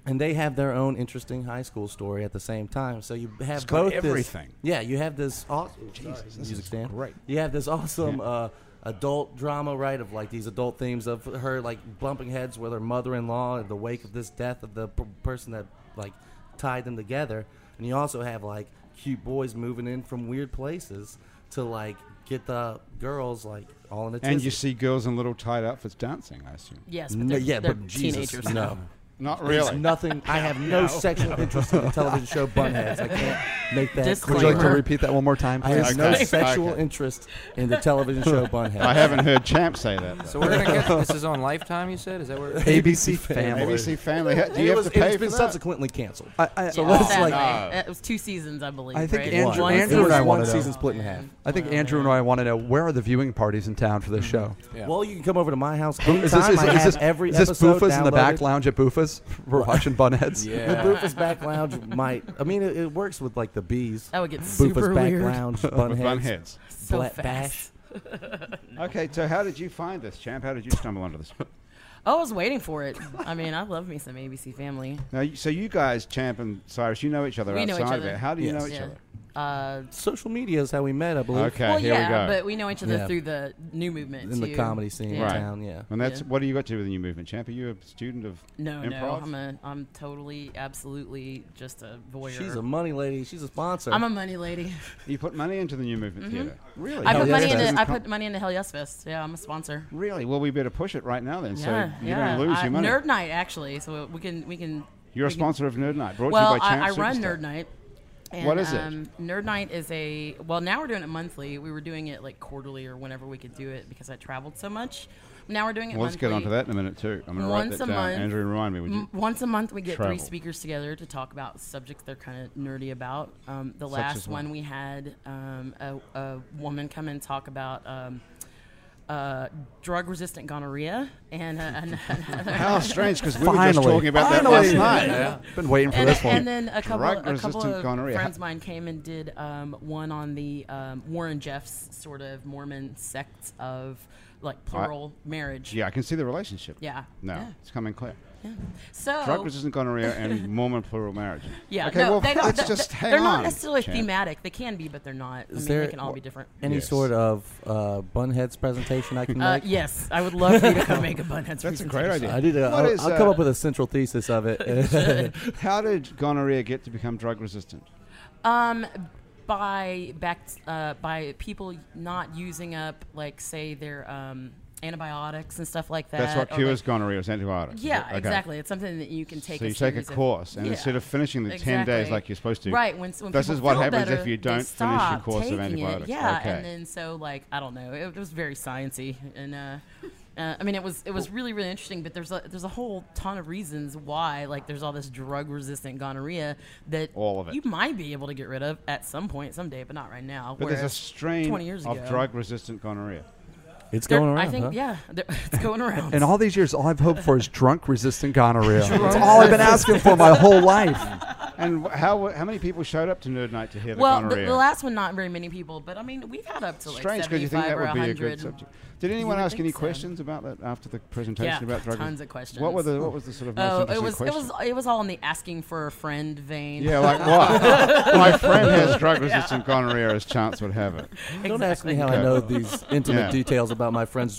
S4: and they have their own interesting high school story at the same time. So you have
S1: got
S4: both this-
S1: everything.
S4: yeah, you have this awesome
S1: Jesus, this
S4: music
S1: is
S4: stand.
S1: great.
S4: You have this awesome uh, adult drama, right? Of like these adult themes of her like bumping heads with her mother-in-law in the wake of this death of the p- person that like tied them together. And you also have like cute boys moving in from weird places to like get the girls like all in a
S1: And you
S4: tizzy.
S1: see girls in little tight outfits dancing, I assume.
S3: Yes, but
S4: No,
S3: they're,
S4: yeah,
S3: they're
S4: but
S3: teenagers.
S4: Jesus, no.
S1: Not
S4: There's
S1: really.
S4: nothing. I have no, sexual interest in the television show Bunheads. I can't make that
S2: Would you like to
S3: Disclaimer.
S4: clear.
S2: repeat that one more time?
S4: I have
S2: please?
S4: no
S1: Okay.
S4: sexual
S1: Okay.
S4: interest in the television show Bunheads.
S1: I haven't heard Champ say that. though.
S6: <laughs> So we're gonna get this is on Lifetime. You said is that where?
S2: ABC Family.
S1: ABC Family. Do you
S4: it
S1: have
S4: was,
S1: to pay
S4: it's
S1: for
S4: been
S1: that?
S4: subsequently canceled.
S2: I, I,
S3: So
S4: let's,
S3: sadly,
S1: like-
S3: Uh, it was two seasons, I believe.
S2: I think
S3: right?
S2: Andrew-
S3: One
S2: Andrew
S3: season.
S2: and I
S4: one
S2: wanna know.
S4: season split in half.
S2: I think Andrew and I want to know where are the viewing parties in town for this show?
S6: Yeah.
S4: Well, you can come over to my house anytime.
S2: Is this, is,
S4: I
S2: is
S4: have
S2: this,
S4: every
S2: is this
S4: episode
S2: Bufa's in the back
S4: downloaded.
S2: lounge at <laughs> Bufa's? We're watching
S1: <laughs>
S2: Bunheads.
S4: The
S6: yeah.
S4: Boofus Back Lounge might. I mean, it, it works with like the bees.
S3: That would get super
S4: Boofus Back
S3: weird.
S2: <laughs>
S4: Lounge,
S1: With
S4: Bunheads.
S1: Bunheads.
S3: <laughs> so
S4: Black
S3: fast.
S4: Bash.
S1: Okay, so how did you find this, Champ? How did you stumble onto this?
S3: Oh, I was waiting for it. I mean, I love me some ABC
S4: <laughs>
S3: Family.
S1: Now, you- so you guys, Champ and Cyrus, you know each other
S3: We know
S1: outside
S3: each
S1: of
S3: other.
S1: it. How do you know each
S3: Yeah.
S1: other?
S3: Uh,
S4: Social media is how we met, I believe.
S1: Okay,
S3: well,
S1: here
S3: yeah,
S1: we go.
S3: but we know each other
S4: Yeah.
S3: through the new movement
S4: In the
S3: too.
S4: comedy scene
S3: Yeah.
S1: Right.
S4: in town, yeah.
S1: and that's
S3: Yeah.
S1: what do you got to do with the new movement, Champ? Are you a student of
S3: No,
S1: improv?
S3: no, I'm a, I'm totally, absolutely just a voyeur.
S4: She's a money lady. She's a sponsor.
S3: I'm a money lady.
S4: <laughs>
S1: you put money into the new movement theater. Really?
S3: Mm-hmm. I put
S4: Yes
S3: money
S4: Fest.
S3: into I put money into Hell Yes Fest. Yeah, I'm a sponsor.
S1: Really? Well, we better push it right now then,
S3: yeah,
S1: so you
S3: yeah.
S1: don't lose
S3: I-
S1: your money.
S3: Nerd Night actually, so we can we can.
S1: You're a
S3: we can-
S1: sponsor of Nerd Night, brought
S3: Well,
S1: to you by
S3: I,
S1: Champ
S3: I run
S1: Superstar.
S3: Nerd Night. And, um,
S1: What is it?
S3: Nerd Night is a well. Now we're doing it monthly. We were doing it like quarterly or whenever we could do it because I traveled so much. Now we're doing it.
S1: Well, let's
S3: monthly.
S1: get onto that in a minute too. I'm going to write
S3: Once
S1: that
S3: a
S1: down.
S3: month.
S1: Andrew, remind me, would you?
S3: M- Once a month, we get
S1: travel.
S3: three speakers together to talk about subjects they're kind of nerdy about. Um, the
S1: as
S3: last
S1: what?
S3: one we had um, a, a woman come and talk about um, uh, drug-resistant gonorrhea, and, uh, <laughs> and,
S1: How strange, because we were just
S2: Finally.
S1: talking about that
S2: Finally.
S1: last night.
S2: Been waiting for
S3: and,
S2: this one.
S3: and then a couple, a couple
S1: Drug-resistant
S3: of
S1: gonorrhea.
S3: friends of mine came and did um, one on the um, Warren Jeffs sort of Mormon sect of like plural marriage.
S1: Yeah, I can see the relationship.
S3: Yeah.
S1: No,
S3: Yeah.
S1: it's coming clear.
S3: So
S1: Drug resistant gonorrhea
S3: <laughs>
S1: and Mormon plural marriage.
S3: Yeah,
S1: Okay,
S3: no,
S1: well,
S3: they don't,
S1: let's
S3: they're,
S1: just hang
S3: they're
S1: on,
S3: not necessarily
S1: Chan.
S3: thematic. They can be, but they're not. I
S4: Is
S3: mean,
S4: there-
S3: they can all be
S4: wh-
S3: different.
S4: Any
S1: Yes.
S4: sort of uh, Bunheads presentation I can
S3: Uh,
S4: make?
S3: yes, I would love for you to come make a bunheads.
S1: <laughs> That's a great idea.
S4: I did. A,
S1: What
S4: I'll,
S1: is,
S4: I'll come
S1: uh,
S4: up with a central thesis of
S3: <laughs>
S4: it.
S1: How did gonorrhea get to become drug resistant?
S3: Um, by back uh, by people not using up like say their um, antibiotics and stuff like that.
S1: That's what
S3: or,
S1: cures
S3: like-
S1: gonorrhea is antibiotics. is
S3: Uh, yeah,
S1: it? Okay.
S3: exactly. It's something that you can take.
S1: So
S3: a
S1: you take a
S3: series
S1: course, and
S3: Yeah.
S1: instead of finishing the 10 days
S3: Exactly.
S1: like you're supposed to,
S3: right? When, when
S1: this
S3: people
S1: is what
S3: feel
S1: happens
S3: better,
S1: if you
S3: they
S1: don't finish your
S3: stop
S1: course of
S3: taking it.
S1: antibiotics.
S3: Yeah,
S1: Okay.
S3: and then so like I don't know, it, was very sciency, and uh, uh, I mean it was it was really really interesting. But there's a there's a whole ton of reasons why like there's all this drug resistant gonorrhea that
S1: All of it.
S3: you might be able to get rid of at some point someday, but not right now.
S1: but there's a
S3: Whereas
S1: strain
S3: 20 years
S1: of
S3: ago-
S1: drug resistant gonorrhea.
S4: it's
S3: there-
S4: going around.
S3: I think
S4: huh?
S3: yeah, there- <laughs>
S1: <laughs>
S3: it's going around.
S2: In all these years, all I've hoped for is drunk resistant gonorrhea. That's all I've been asking for my whole life.
S1: And wh- how, how many people showed up to Nerd Night to hear the
S3: well, the,
S1: gonorrhea?
S3: the last one not very many people, but I mean we've had up to like
S1: Strange because you think that
S3: 75 or
S1: would be a
S3: 100.
S1: good subject. Did anyone
S3: would
S1: ask
S3: think
S1: any
S3: so.
S1: questions about that after the presentation
S3: Yeah,
S1: about drug
S3: tons
S1: resist-
S3: of questions.
S1: What were the what was the sort of most
S3: Oh, it
S1: interesting
S3: was
S1: question?
S3: it was it was all in the asking for a friend vein.
S1: yeah, like what? My friend has drug resistant gonorrhea as chance would have it.
S4: Don't ask me how
S1: Okay.
S4: I know these intimate
S1: Yeah.
S4: details about my friend's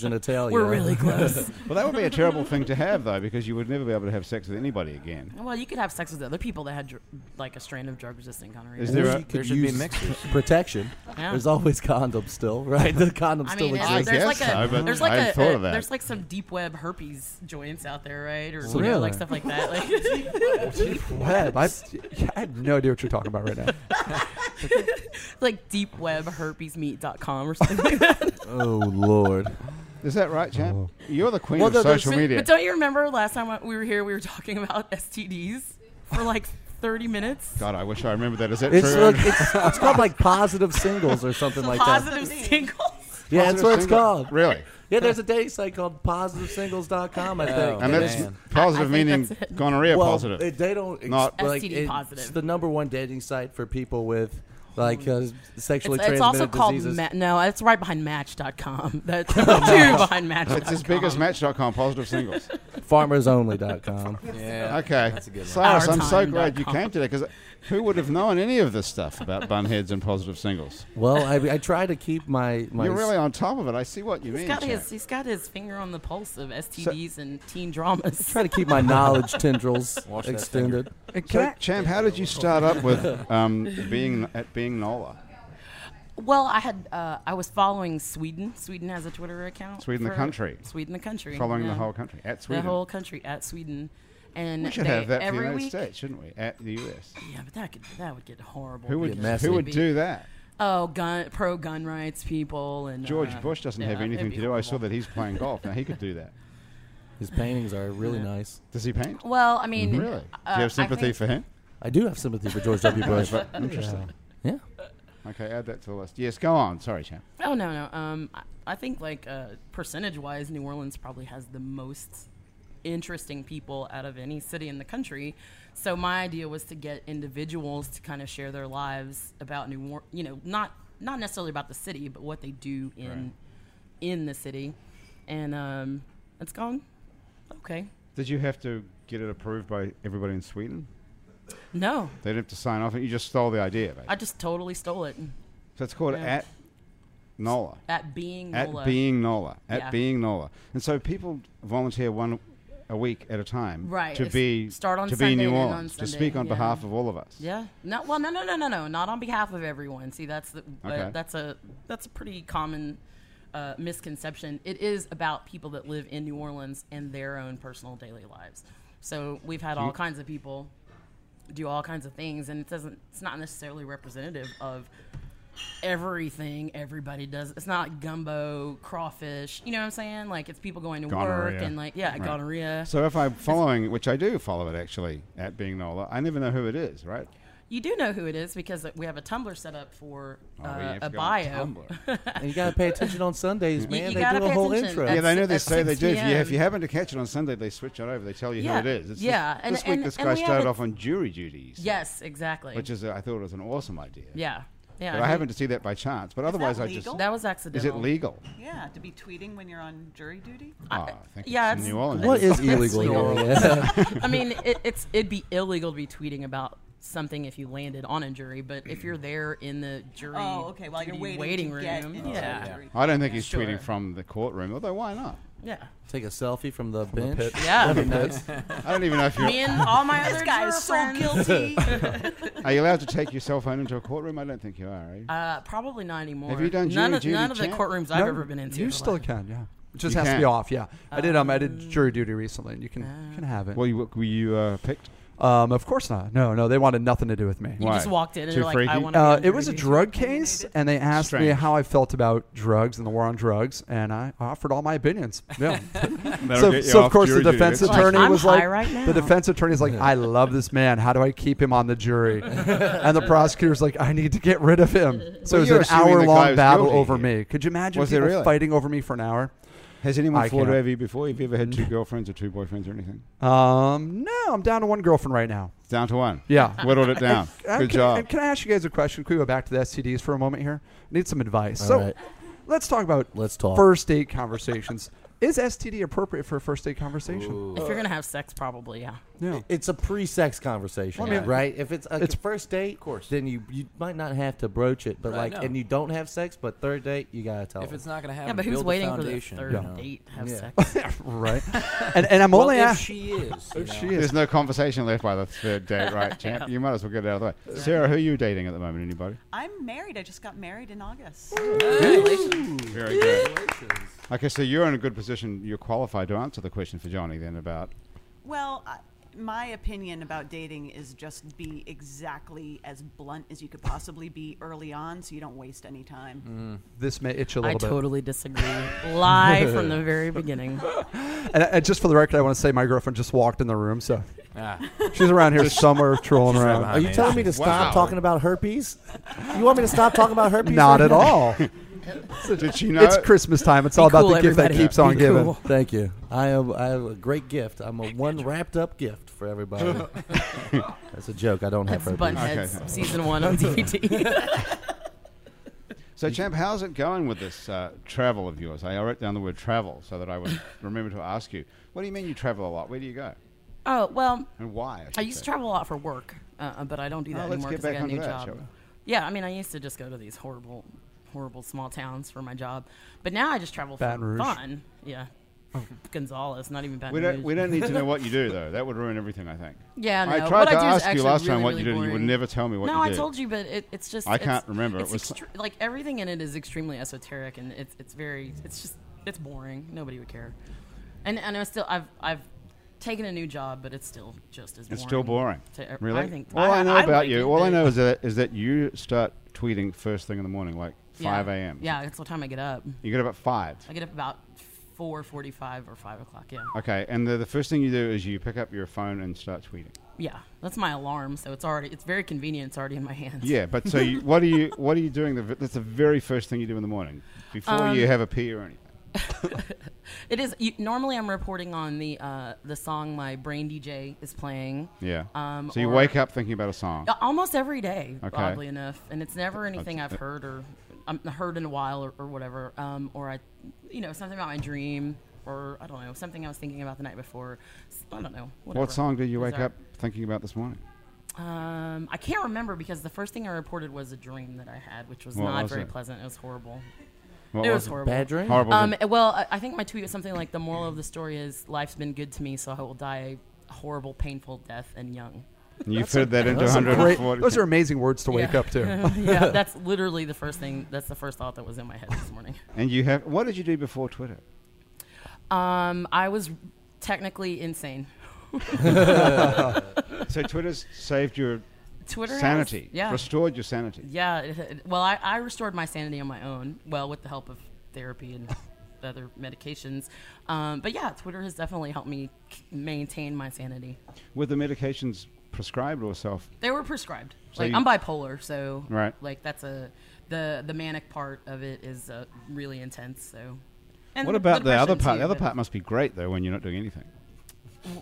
S3: <laughs>
S4: genitalia.
S3: We're really
S1: <laughs>
S3: close.
S1: Well, that would be a terrible thing to have though, because you would never be able to have sex with anybody again.
S3: well, you could have sex with other people that had dr- like a strain of drug resistant gonorrhea.
S1: Is
S4: Or
S1: there
S4: you
S1: a-
S4: could
S6: There should be
S4: use
S6: mixers.
S4: protection.
S3: Yeah.
S4: There's always condoms still, <laughs> right? The condom
S3: I
S4: still
S3: mean, and
S1: I
S4: exists.
S3: there's
S1: guess
S3: like
S1: so,
S3: a
S1: but
S3: there's like
S1: I
S3: a,
S1: thought
S3: a-
S1: of that.
S3: there's like some deep web herpes joints out there, right? Or you know,
S4: Really?
S3: like stuff like that. Like <laughs>
S2: Web. I've, I have no idea what you're talking about right now.
S3: like deepwebherpesmeat.com or something like that.
S4: oh lord.
S1: Is that right, champ? You're the queen
S4: Oh. Well,
S1: of
S4: the- the
S1: social
S4: thing-
S1: media.
S3: But don't you remember last time we were here? We were talking about STDs for like 30 minutes.
S1: God, I wish I remembered that. Is that
S4: It's,
S1: true?
S4: like, it's it's called like positive singles or something like that.
S3: Positive <laughs> singles.
S4: Yeah, that's what it's
S1: Single-
S4: called.
S1: Really?
S4: Yeah, there's a dating site called PositiveSingles.com. I think.
S1: Oh, And
S6: Man.
S1: that's positive
S3: I- I think
S1: meaning
S3: that's it.
S1: gonorrhea
S4: well,
S1: positive.
S4: it- they don't ex-
S1: Not-
S4: like,
S3: STD
S4: it's
S3: positive.
S4: the number one dating site for people with like uh, sexually
S3: It's,
S4: transmitted
S3: it's also called
S4: diseases.
S3: ma- no. It's right behind Match.com.
S1: <laughs>
S3: <laughs> That's two behind Match.
S1: it's as big as Match.com. Positive
S6: <laughs>
S1: singles.
S3: <laughs>
S4: FarmersOnly.com.
S6: Yeah.
S1: Okay.
S6: That's a good one.
S1: Cyrus, I'm so
S3: Ourtime.com.
S1: glad you came today because who would have known any of this stuff
S3: <laughs>
S1: about bunheads and positive singles?
S4: well, I, I try to keep my my
S1: You're really on top of it. I see what you mean.
S3: He's got
S1: Jack.
S3: his he's got his finger on the pulse of STDs and teen <laughs> dramas.
S4: <laughs> try to keep my knowledge tendrils
S6: Wash that
S4: extended.
S3: <laughs>
S1: So, Champ, how did you start up with um, being at being Nola?
S3: Well, I had uh, I was following Sweden. Sweden has a Twitter account.
S1: Sweden the
S3: for-
S1: country.
S3: Sweden the country.
S1: Following the
S3: yeah.
S1: whole country at Sweden.
S3: The whole country at Sweden, and
S1: we should
S3: they-
S1: have that for the
S3: every
S1: United
S3: week.
S1: States, shouldn't we? At the US.
S3: Yeah, but that could that would get horrible.
S1: Who would
S6: Get messy.
S1: who would
S3: It'd be-
S1: do that?
S3: Oh, gun pro gun rights people and
S1: George
S3: uh,
S1: Bush doesn't
S3: yeah,
S1: have
S3: it'd
S1: anything
S3: be
S1: to do. I saw
S3: horrible.
S1: that he's playing golf. Now he could do that.
S4: His paintings are really nice.
S1: Does he paint?
S3: Well, I mean,
S1: Really? do
S3: uh,
S1: you
S3: I
S1: have sympathy
S3: think-
S1: for
S3: <laughs>
S1: him?
S4: I do have sympathy for George W. Bush.
S1: Interesting.
S4: Yeah.
S1: Okay, add that to the list. Yes, go on. Sorry, champ.
S3: Oh no no. Um, I, I think like uh, percentage wise, New Orleans probably has the most interesting people out of any city in the country. So my idea was to get individuals to kind of share their lives about New Orleans. You know, not not necessarily about the city, but what they do in in the city, and um, it's gone. Okay.
S1: Did you have to get it approved by everybody in Sweden?
S3: No,
S1: They didn't have to sign off. You just stole the idea. Basically.
S3: I just totally stole it.
S1: so it's called
S3: Yeah.
S1: at Nola.
S3: At being
S1: At
S3: Nola.
S1: being Nola. At
S3: Yeah.
S1: being Nola. And so people volunteer one a week at a time
S3: Right,
S1: to
S3: it's-
S1: be
S3: start on
S1: to be
S3: Sunday
S1: New
S3: and then on
S1: Orleans to
S3: Sunday,
S1: speak on
S3: yeah.
S1: behalf of all of us.
S3: Yeah. No. Well, no, no, no, no, no. Not on behalf of everyone. See, that's the, but
S1: Okay.
S3: that's a that's a pretty common uh, misconception. It is about people that live in New Orleans and their own personal daily lives. So we've had all kinds of people do all kinds of things, and it doesn't. It's not necessarily representative of everything everybody does. It's not gumbo, crawfish. You know what I'm saying? Like it's people going to work
S1: Gonorrhea.
S3: and like yeah,
S1: Right.
S3: gonorrhea.
S1: So if I'm following, which I do follow it actually, at being Nola, I never know who it is, right?
S3: You do know who it is because we have a Tumblr set up for
S1: Oh, we
S3: uh,
S1: have
S3: a
S1: to go on
S3: bio.
S1: Tumblr.
S3: <laughs>
S4: And you gotta pay attention on Sundays, man.
S3: you
S4: they
S3: gotta
S4: do a
S3: pay
S4: whole
S3: attention.
S4: intro.
S1: Yeah,
S3: That's-
S1: they know
S3: at
S1: they say they
S3: 6
S1: do. If you, if you
S3: PM.
S1: happen to catch it on Sunday, they switch it over. They tell you
S3: Yeah,
S1: who it is. It's
S3: yeah,
S1: This,
S3: and-
S1: this week,
S3: and-
S1: this
S3: and
S1: guy
S3: we have
S1: started
S3: a-
S1: off on jury duty. so-
S3: Yes, exactly.
S1: Which is, uh, I thought, was an awesome idea.
S3: yeah, yeah.
S1: But I happened to see that by chance. But otherwise, I just.
S5: legal?
S3: That was
S1: Is
S3: accidental.
S1: it legal?
S5: Yeah, to be tweeting when you're on jury duty.
S1: Oh, I think
S3: yeah,
S1: it's in
S3: it's-
S1: New Orleans. <laughs>
S4: What is illegal?
S3: illegal?
S4: in New
S3: <laughs>
S4: Orleans?
S3: I mean, it, it's it'd be illegal to be tweeting about something if you landed on a jury, but if you're there in the jury,
S5: Oh, okay. While you're
S3: duty
S5: waiting, Oh,
S3: waiting
S5: to
S3: room,
S5: get into
S3: yeah,
S5: the jury.
S1: I don't think he's
S3: Sure.
S1: tweeting from the courtroom, although why not?
S3: yeah,
S4: <laughs> Take a selfie from the bench.
S2: pit.
S3: yeah.
S1: I don't even know if you're.
S3: <laughs> Me and all my
S5: This
S3: other
S5: guy
S3: juror
S5: is so
S3: friends.
S5: guilty.
S1: Are you allowed to take your cell phone into a courtroom? I don't think you are, eh? are you?
S3: <laughs> Uh, probably not anymore.
S1: Have you done
S3: none
S1: jury
S3: of,
S1: duty,
S3: none of the
S1: Jan?
S3: courtrooms I've ever been into?
S2: You
S3: in my
S2: still
S3: life.
S2: can, yeah. It just
S1: You
S2: has to be
S1: can.
S2: off, yeah. I did um I did jury duty recently, and you can you can have it.
S1: Well, you, were you uh, picked?
S2: um, of course not. No, no, they wanted nothing to do with me.
S3: You just
S1: Why?
S3: walked in and
S1: Too
S3: you're like, I
S1: freaky?
S3: want to.
S2: Uh, it was a drug case, and they asked me
S1: Strange.
S2: how I felt about drugs and the war on drugs, and I offered all
S1: <laughs>
S2: my opinions. Yeah.
S1: That'll
S2: so,
S1: get you
S2: so of
S1: off
S2: course
S1: jury
S2: the
S1: duty,
S2: defense
S1: that's-
S3: Like,
S2: attorney
S3: I'm
S2: was
S3: high
S2: like,
S3: right now.
S2: the defense attorney's like,
S1: <laughs>
S2: I love this man. How do I keep him on the jury? and the prosecutor's like, I need to get rid of him. So
S1: Well,
S2: it
S1: you're
S2: was an
S1: assuming the
S2: hour
S1: guy
S2: long
S1: was
S2: battle
S1: guilty
S2: over
S1: here.
S2: me. Could you imagine
S1: Was it
S2: people
S1: really?
S2: fighting over me for an hour?
S1: Has anyone
S2: I
S1: fought
S2: can't.
S1: over you before? Have you ever had two girlfriends or two boyfriends or anything?
S2: Um, no, I'm down to one girlfriend right now.
S1: Down to one.
S2: Yeah.
S1: Whittled it <laughs> down.
S2: Uh,
S1: Good
S2: can,
S1: job.
S2: and Can I ask you guys a question? Can we go back to the STDs for a moment here? I need some advice. so
S4: right.
S2: let's talk about
S4: Let's talk.
S2: first date conversations. Is STD appropriate for a first date conversation?
S3: If you're gonna have sex, probably yeah.
S4: <laughs>
S2: No.
S4: It's a pre-sex conversation,
S2: Well, I mean-
S4: right? If it's a
S2: It's-
S4: first date, of
S6: course.
S4: then you you might not have to broach it, but like,
S6: Right, no.
S4: and you don't have sex, but third date, you gotta tell.
S6: If
S4: them.
S6: it's not gonna happen,
S3: Yeah, but who's
S6: build
S3: waiting
S6: the
S3: for the
S6: foundation,
S3: third
S6: you know?
S3: date to have
S4: Yeah.
S3: sex?
S2: right. And, and I'm
S6: Well,
S2: only
S6: if
S2: asking.
S6: she is, you know.
S2: she is.
S1: There's no conversation left by the third date,
S3: <laughs>
S1: right, champ? You might as well get it out of the way. Sarah, who are you dating at the moment? Anybody?
S5: I'm married. I just got married in August.
S1: Very good. Okay, so you're in a good position. You're qualified to answer the question for Johnny then about
S5: Well, I, my opinion about dating is just be exactly as blunt as you could possibly be early on, so you don't waste any time.
S1: Mm.
S2: This may itch a
S3: I
S2: little bit.
S3: totally disagree. Lie from
S2: <laughs>
S3: the very beginning.
S2: And, and just for the record, I want to say my girlfriend just walked in the room, so
S6: Ah,
S2: she's around here somewhere trolling
S6: right
S2: around.
S6: behind
S4: Are you
S6: mean,
S4: telling me to
S1: wow.
S4: stop talking about herpes? You want me to stop talking about herpes?
S2: Not
S4: right
S2: at
S4: now?
S2: all.
S1: <laughs> Did she know?
S2: It's Christmas time. It's all about
S3: cool,
S2: the gift that
S3: everybody.
S2: keeps on
S4: Be
S2: giving.
S4: cool. <laughs> Thank you. I am. I have a great gift. I'm a one wrapped up gift for everybody. That's a joke. I don't have
S3: That's
S4: herpes.
S3: Bunheads
S1: Okay.
S3: season one on
S2: <laughs>
S3: DVD.
S1: So, champ, how's it going with this uh, travel of yours? I wrote down the word travel so that I
S3: <laughs>
S1: would remember to ask you. What do you mean you travel a lot? Where do you go
S3: oh well,
S1: and why?
S3: I used to travel a lot for work, uh, but I don't do
S1: Oh,
S3: that
S1: let's
S3: anymore
S1: get
S3: because I
S1: back
S3: got a
S1: onto
S3: new
S1: that, shall we?
S3: job. Yeah, I mean, I used to just go to these horrible, horrible small towns for my job, but now I just travel
S2: Baton
S3: for
S2: Rouge. Oh.
S3: fun. Yeah, Gonzalez, not even Baton
S1: We don't,
S3: Rouge.
S1: we don't need to know what you do, though. That would ruin everything, I think.
S3: Yeah, no.
S1: I tried
S3: what
S1: to
S3: I do is
S1: ask you
S3: actually
S1: last
S3: really,
S1: time what
S3: really
S1: you did, and you would
S3: boring.
S1: never tell me what
S3: no,
S1: you
S3: I
S1: did.
S3: told you, but it, it's just
S1: I
S3: it's-
S1: can't remember. It
S3: It's
S1: was-
S3: extre- like everything in it is extremely esoteric, and it's it's very it's just it's boring. Nobody would care. And and I still I've I've taken a new job, but it's still just as boring.
S1: It's still boring.
S3: To- e-,
S1: Really?
S3: I think
S1: all I, know about
S3: like
S1: you,
S3: it,
S1: all I
S3: but-
S1: know is that is that you start tweeting first thing in the morning, like
S3: Yeah.
S1: 5 a.m.
S3: Yeah, that's what time I get up.
S1: You get up at 5.
S3: I get up about four forty-five or five o'clock. Yeah,
S1: Okay, and the, the first thing you do is you pick up your phone and start tweeting.
S3: yeah. That's my alarm, so it's already it's very convenient. It's already in my hands.
S1: Yeah, but so you, what are
S3: <laughs>
S1: you what are you doing? The, v- that's the very first thing you do in the morning before
S3: Um,
S1: you have a pee or anything.
S3: It is you, normally I'm reporting on the uh, the song my brain DJ is playing.
S1: Yeah.
S3: um,
S1: so you
S3: or-
S1: wake up thinking about a song.
S3: A- Almost every day,
S1: Okay.
S3: oddly enough, and it's never anything I've heard or um, heard in a while or, or whatever. Um, or I, you know, something about my dream, or I don't know, something I was thinking about the night before. S- I don't know. Whatever.
S1: What song did you
S3: Those
S1: wake
S3: are-
S1: up thinking about this morning?
S3: Um, I can't remember because the first thing I reported was a dream that I had, which was
S1: What
S3: not
S1: was
S3: very
S1: it?
S3: pleasant. It was horrible.
S1: What
S3: it was, horrible.
S4: Bad dream.
S1: horrible.
S3: Um, well, I- I think my tweet was something like, "The moral of the story is life's been good to me, so I will die a horrible, painful death and young."
S1: And you fitted that into
S2: Those are, great,
S1: 140.
S2: those are amazing words to wake
S3: Yeah.
S2: up to.
S3: <laughs> yeah, that's literally the first thing. That's the first thought that was in my head this morning.
S1: and you have. What did you do before Twitter?
S3: <laughs> Um, I was technically insane.
S1: So Twitter's saved your
S3: Twitter has-
S1: sanity,
S3: yeah,
S1: restored your sanity.
S3: yeah. it- it- well, I, I restored my sanity on my own. Well, with the help of therapy and <laughs> other medications. Um, but yeah, Twitter has definitely helped me k- maintain my sanity.
S1: Were the medications prescribed or self?
S3: They were prescribed.
S1: So
S3: like
S1: you-
S3: I'm bipolar, so
S1: Right.
S3: Like that's a the the manic part of it is uh, really intense. So. And
S1: What about the other
S3: depression
S1: part?
S3: too,
S1: the other
S3: but-
S1: part must be great though when you're not doing anything.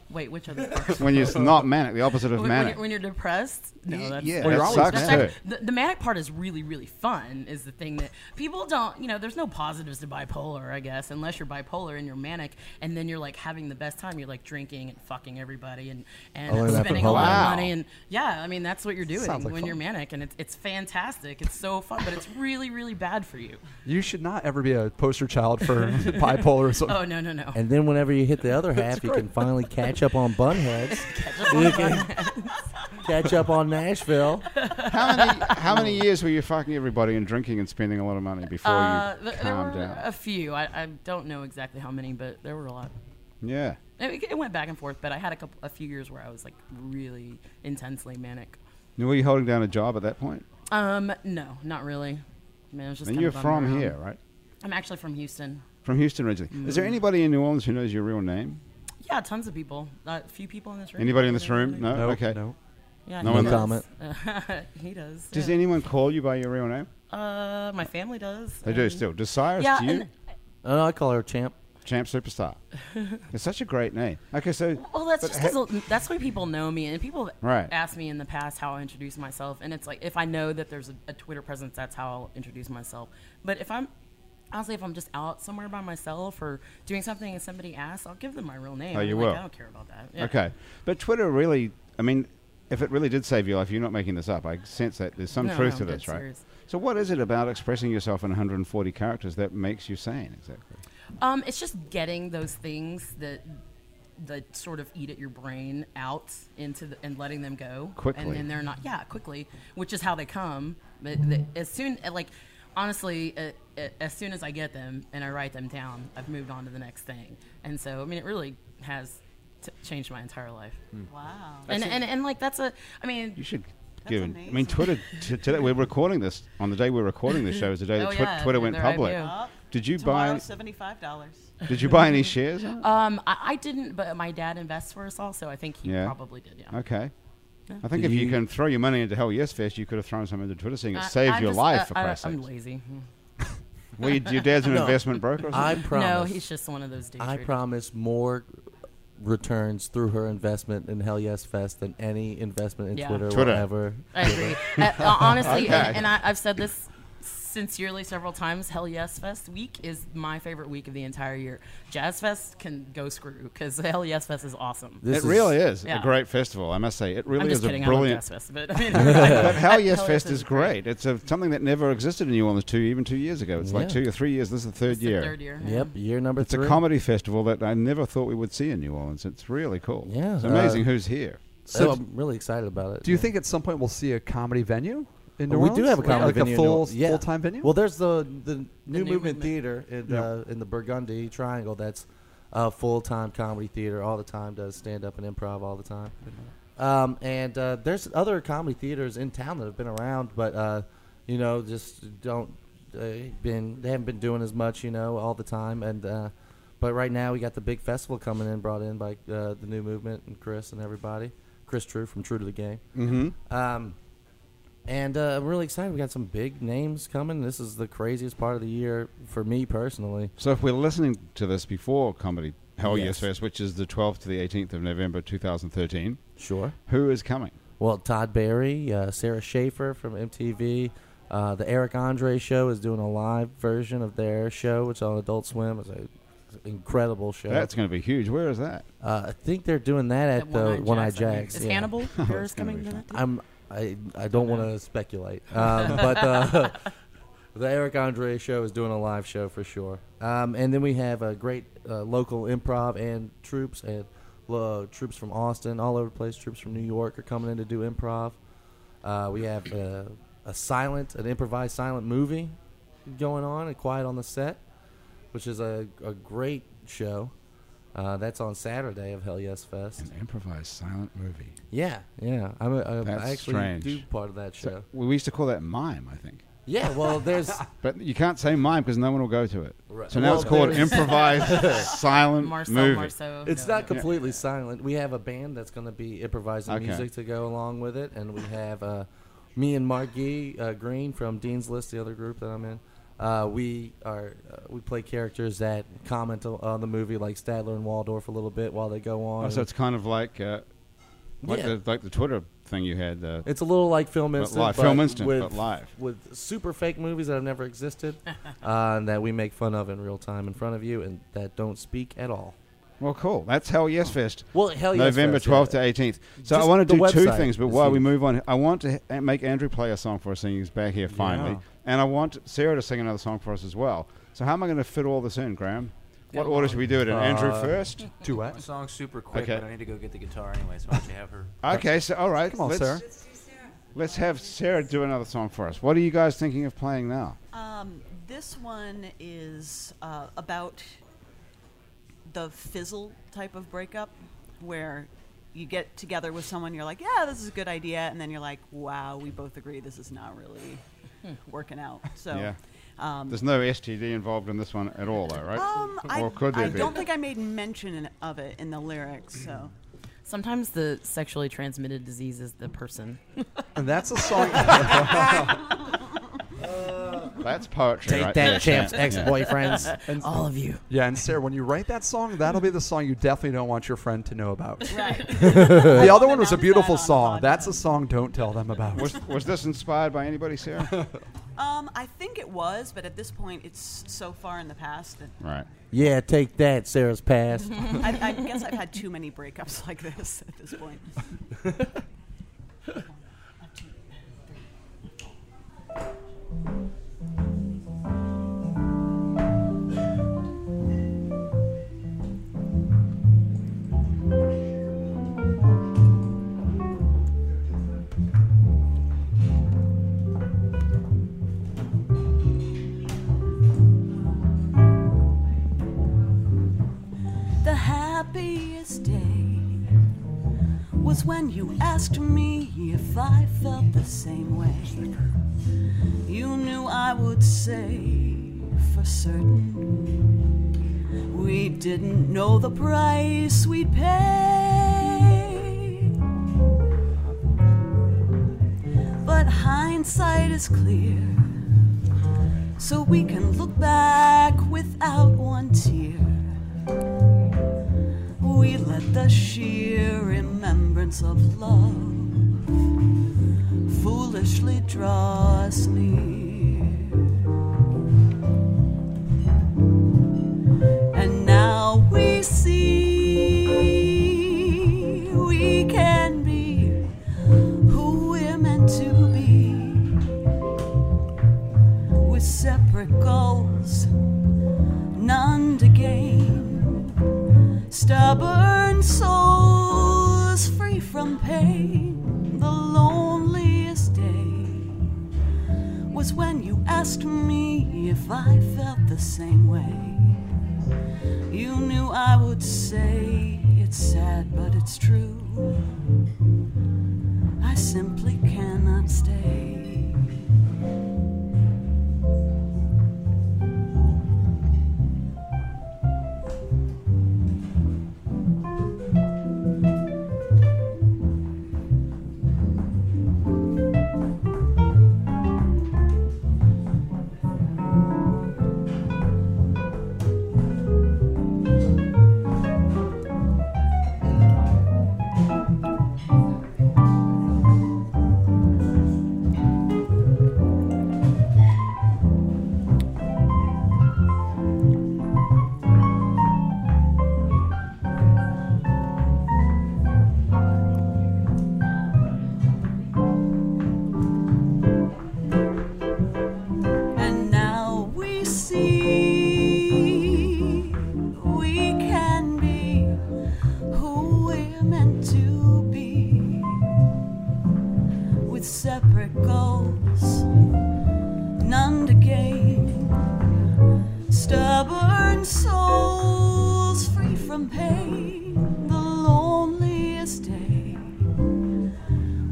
S3: Wait, which other part?
S1: When
S3: <laughs>
S1: you're not manic, the opposite of
S3: when, when
S1: manic.
S3: you're, when you're depressed, no,
S1: Y-
S3: that's
S1: yeah,
S2: Well, you're
S1: that
S2: always
S1: sucks
S3: That's
S2: manic.
S1: too.
S3: actually- the, the manic part is really, really fun. Is the thing that people don't, you know, there's no positives to bipolar, I guess, unless you're bipolar and you're manic, and then you're like having the best time. You're like drinking and fucking everybody and and
S4: Oh, and that's
S3: spending
S4: a
S3: a lot
S1: Wow.
S3: of money and yeah, I mean that's what you're doing
S2: Sounds like
S3: when
S2: fun.
S3: you're manic, and it's it's fantastic. It's so fun, but it's really, really bad
S1: <laughs>
S3: for you.
S2: You should not ever be a poster child for <laughs> bipolarism.
S3: Oh no, no, no.
S4: And then whenever you hit the other half, you can finally catch up on bunheads. you can catch up on Nashville.
S1: How many
S3: <laughs>
S1: how many years were you fucking everybody and drinking and spending a lot of money before
S3: Uh,
S1: you
S3: th- there were
S1: calmed down?
S3: a few. I, I don't know exactly how many, but there were a lot.
S1: yeah.
S3: It, it went back and forth, but I had a couple, a few years where I was like really intensely manic.
S1: Now, Were you holding down a job at that point?
S3: Um, no, not really. I mean, I was just
S1: And
S3: kind
S1: you're
S3: of
S1: from
S3: bumming around.
S1: here, right?
S3: I'm actually from Houston.
S1: From Houston originally. Is
S3: Mm.
S1: there anybody in New Orleans who knows your real name?
S3: Yeah, tons of people. A few people in this room.
S1: Anybody in this room? No.
S2: No,
S1: okay.
S2: no.
S3: Yeah,
S1: No
S3: he
S1: one-
S3: does.
S4: Comment.
S3: <laughs> he does.
S1: Does
S3: yeah.
S1: anyone call you by your real name?
S3: uh, my family does.
S1: They do
S3: and-
S1: still. Desirous
S3: Yeah,
S1: to you,
S3: and,
S4: Oh, no, I call her Champ.
S1: champ
S3: <laughs>
S1: superstar. it's such a great name. Okay, so
S3: well, that's just
S1: ha-
S3: 'cause a- that's why people know me, and people have
S1: Right.
S3: asked me in the past how I introduce myself, and it's like if I know that there's a, a Twitter presence, that's how I'll introduce myself. But if I'm honestly, if I'm just out somewhere by myself or doing something, and somebody asks, I'll give them my real name.
S1: Oh, you
S3: like,
S1: will.
S3: I don't care about that. Yeah.
S1: okay, but Twitter really, I mean, if it really did save your life, you're not making this up. I sense that there's some
S3: No,
S1: truth
S3: no,
S1: to
S3: dead
S1: this, right?
S3: serious.
S1: So, what is it about expressing yourself in 140 characters that makes you sane exactly?
S3: Um, it's just getting those things that that sort of eat at your brain out into the, and letting them go
S1: Quickly.
S3: and then they're not yeah quickly, which is how they come. But the, as soon uh, like honestly, uh, uh, as soon as I get them and I write them down, I've moved on to the next thing. And so I mean, it really has t- changed my entire life.
S5: Wow.
S3: And, and and like that's a I mean
S1: Hmm. You should.
S5: That's
S1: Give, I mean,
S5: amazing.
S3: <laughs>
S1: Twitter. T- today we're recording this on the day we're recording this show is the day
S3: Oh,
S1: that Twi-
S3: yeah,
S1: Twitter
S3: the-
S1: went
S3: the right
S1: public.
S3: view.
S5: Up.
S1: Did you
S5: Tomorrow,
S1: buy?
S5: seventy-five dollars.
S1: Did you
S3: <laughs>
S1: buy any shares?
S3: um I, I didn't, but my dad invests for us all, so I think he
S1: Yeah.
S3: probably did. Yeah.
S1: Okay.
S3: Yeah.
S1: I think
S4: Did
S1: if you
S4: you-
S1: can throw your money into Hell Yes Fest, you could have thrown some into Twitter, seeing it
S3: I-
S1: saved
S3: I'm
S1: your
S3: just- uh,
S1: life
S3: I-
S1: for
S3: I,
S1: Christ's
S3: I'm
S1: sake.
S3: lazy. Mm-hmm.
S1: Well, you- your dad's
S3: <laughs>
S1: an
S4: No.
S1: investment broker. Or something?
S4: I promise.
S3: <laughs> No, he's just one of those dudes.
S4: I
S3: Richard.
S4: promise more returns through her investment in Hell Yes Fest than any investment in
S3: Yeah.
S4: Twitter,
S1: Twitter.
S4: will ever.
S3: I agree. uh,
S1: <laughs>
S3: honestly,
S1: Okay.
S3: and, and I, I've said this sincerely several times, Hell Yes Fest week is my favorite week of the entire year. Jazz Fest can go screw because Hell Yes Fest is awesome.
S1: It
S4: This is-
S1: really is
S3: Yeah.
S1: a great festival, I must say. It really
S3: I'm
S1: is
S3: just kidding.
S1: a
S3: I love
S1: brilliant.
S3: Jazz Fest, <laughs> but I
S1: <laughs>
S3: mean,
S1: but Hell Yes
S3: Hell
S1: Fest is great. It's a, something that never existed in New Orleans two, even two years ago. It's like
S4: Yeah.
S1: two or three years. This is the third
S3: It's the
S1: year.
S3: third year.
S4: Yep, year number
S1: It's
S4: three.
S1: a comedy festival that I never thought we would see in New Orleans. It's really cool.
S4: Yeah. uh,
S1: It's amazing who's here.
S4: So I'm really excited about it.
S2: Do you
S4: Yeah.
S2: think at some point we'll see a comedy venue in New
S4: we
S2: Orleans?
S4: do have a
S2: Like-
S4: comedy
S2: like
S4: venue
S2: a
S4: in
S2: full
S4: New- yeah.
S2: full time venue.
S4: Well, there's the the new,
S3: New
S4: movement,
S3: Movement.
S4: theater in, uh, in the Burgundy Triangle. That's a full time comedy theater all the time. Does stand up and improv all the time. Um, and uh, there's other comedy theaters in town that have been around, but uh, you know, just don't uh, been they haven't been doing as much, you know, all the time. And uh, but right now we got the big festival coming in, brought in by uh, the new movement and Chris and everybody. Chris True from True to the Game.
S1: Mm-hmm.
S4: Um, and uh, I'm really excited. We got some big names coming. This is the craziest part of the year for me personally.
S1: So if we're listening to this before Comedy Hell Yes,
S4: Yes.
S1: Fest, which is the 12th to the 18th of November 2013,
S4: Sure.
S1: who is coming?
S4: Well, Todd Barry, uh, Sarah Schaefer from MTV. Uh, the Eric Andre Show is doing a live version of their show, which is on Adult Swim. It's an incredible show.
S1: That's going to be huge. Where is that?
S4: uh, I think they're doing that
S3: That
S4: at the One Eye Jacks.
S3: Is
S1: <laughs>
S4: yeah.
S3: Hannibal yours
S1: gonna
S3: coming
S1: be
S3: to
S1: fun.
S3: that? too?
S4: I'm I I don't want to speculate, um, but uh, <laughs> the Eric Andre show is doing a live show for sure. Um, and then we have a great uh, local improv and troops and uh, troops from Austin, all over the place. Troops from New York are coming in to do improv. Uh, we have uh, a silent, an improvised silent movie going on, and Quiet on the Set, which is a, a great show. Uh, that's on Saturday of Hell Yes Fest.
S1: An improvised silent movie.
S4: Yeah, yeah. I'm a, I,
S1: That's
S4: I actually
S1: strange.
S4: do part of that show.
S1: So, we used to call that mime, I think.
S4: yeah,
S1: <laughs>
S4: well, there's
S1: But you can't say mime because no one will go to it.
S4: Right.
S1: So now
S4: Well,
S1: it's called
S4: <laughs> there's-
S1: improvised silent
S3: Marceau,
S1: movie.
S3: Marceau.
S4: it's
S3: no,
S4: not completely silent. We have a band that's going to be improvising
S1: Okay.
S4: music to go along with it, and we have uh, me and Margie uh, Green from Dean's List, the other group that I'm in. Uh, we are uh, we play characters that comment o- on the movie, like Stadler and Waldorf, a little bit while they go on.
S1: Oh, so it's kind of like uh, like,
S4: Yeah.
S1: the, like the Twitter thing you had. Uh,
S4: It's a little like film
S1: But
S4: instant,
S1: live.
S4: but
S1: Film Instant,
S4: with,
S1: but live.
S4: with super fake movies that have never
S3: <laughs>
S4: existed, uh, and that we make fun of in real time in front of you, and that don't speak at all.
S1: well, cool. That's Hell Yes Fest.
S4: Well, Oh. hell yes,
S1: November
S4: yes, yeah.
S1: 12th to 18th. So I
S4: Just
S1: want
S4: the
S1: to do two
S4: website
S1: things, but
S4: is
S1: while we
S4: huge.
S1: move on, I want to ha- make Andrew play a song for us, seeing he's back here finally,
S4: Yeah.
S1: and I want Sarah to sing another song for us as well. So how am I going to fit all this in, Graham? What
S3: Yeah.
S1: order should we do it in? Andrew
S4: Uh,
S1: first.
S6: My
S2: duet.
S6: song's super quick,
S1: Okay.
S6: but I need to go get the guitar anyway, so why don't you have her?
S1: Okay, so all right,
S2: Come on,
S1: let's,
S2: Sarah.
S1: Let's have Sarah do another song for us. What are you guys thinking of playing now?
S5: Um, this one is uh, about the fizzle type of breakup where you get together with someone, you're like, yeah, this is a good idea. And then you're like, wow, we both agree this is not really
S1: <laughs>
S5: working out. So.
S1: Hmm. Yeah.
S5: Um,
S1: There's no STD involved in this one at all, though, right?
S5: um, I,
S1: or could there
S5: I
S1: be?
S5: don't think I made mention in- of it in the
S1: <laughs>
S5: lyrics, so
S3: Sometimes the sexually transmitted disease is the person.
S2: And that's a
S5: <laughs>
S2: song.
S1: That's poetry,
S4: Take
S1: right <laughs> there,
S4: that, champs,
S1: Sam. Yeah.
S3: <laughs>
S4: ex-boyfriends.
S3: All of you.
S2: yeah, and Sarah, when you write that song, that'll be the song you definitely don't want your friend to know about.
S5: <laughs> right.
S2: the other one
S5: it
S2: was a
S5: now,
S2: beautiful
S5: it's not on
S2: song.
S5: podcast.
S2: That's a song. Don't tell them about.
S1: Was, was this inspired by anybody, <laughs> Sarah?
S5: Um, I think it was, but at this point, it's so far in the
S1: <laughs>
S5: past that
S1: right.
S4: yeah, take that,
S3: <laughs>
S4: Sarah's past.
S5: I, I guess I've had too many breakups <laughs> like this at this point. The happiest day was when you asked me if I felt the same way. You knew I would say for certain. We didn't know the price we'd pay. But hindsight is clear, so we can look back without one tear. We let the sheer remembrance of love foolishly draw us near. souls free from pain. The loneliest day was when you asked me if I felt the same way. You knew I would say it's sad, but it's true. I simply cannot stay. And now we see we can be who we're meant to be with separate goals, none to gain. Stubborn souls free from pain, the loneliest day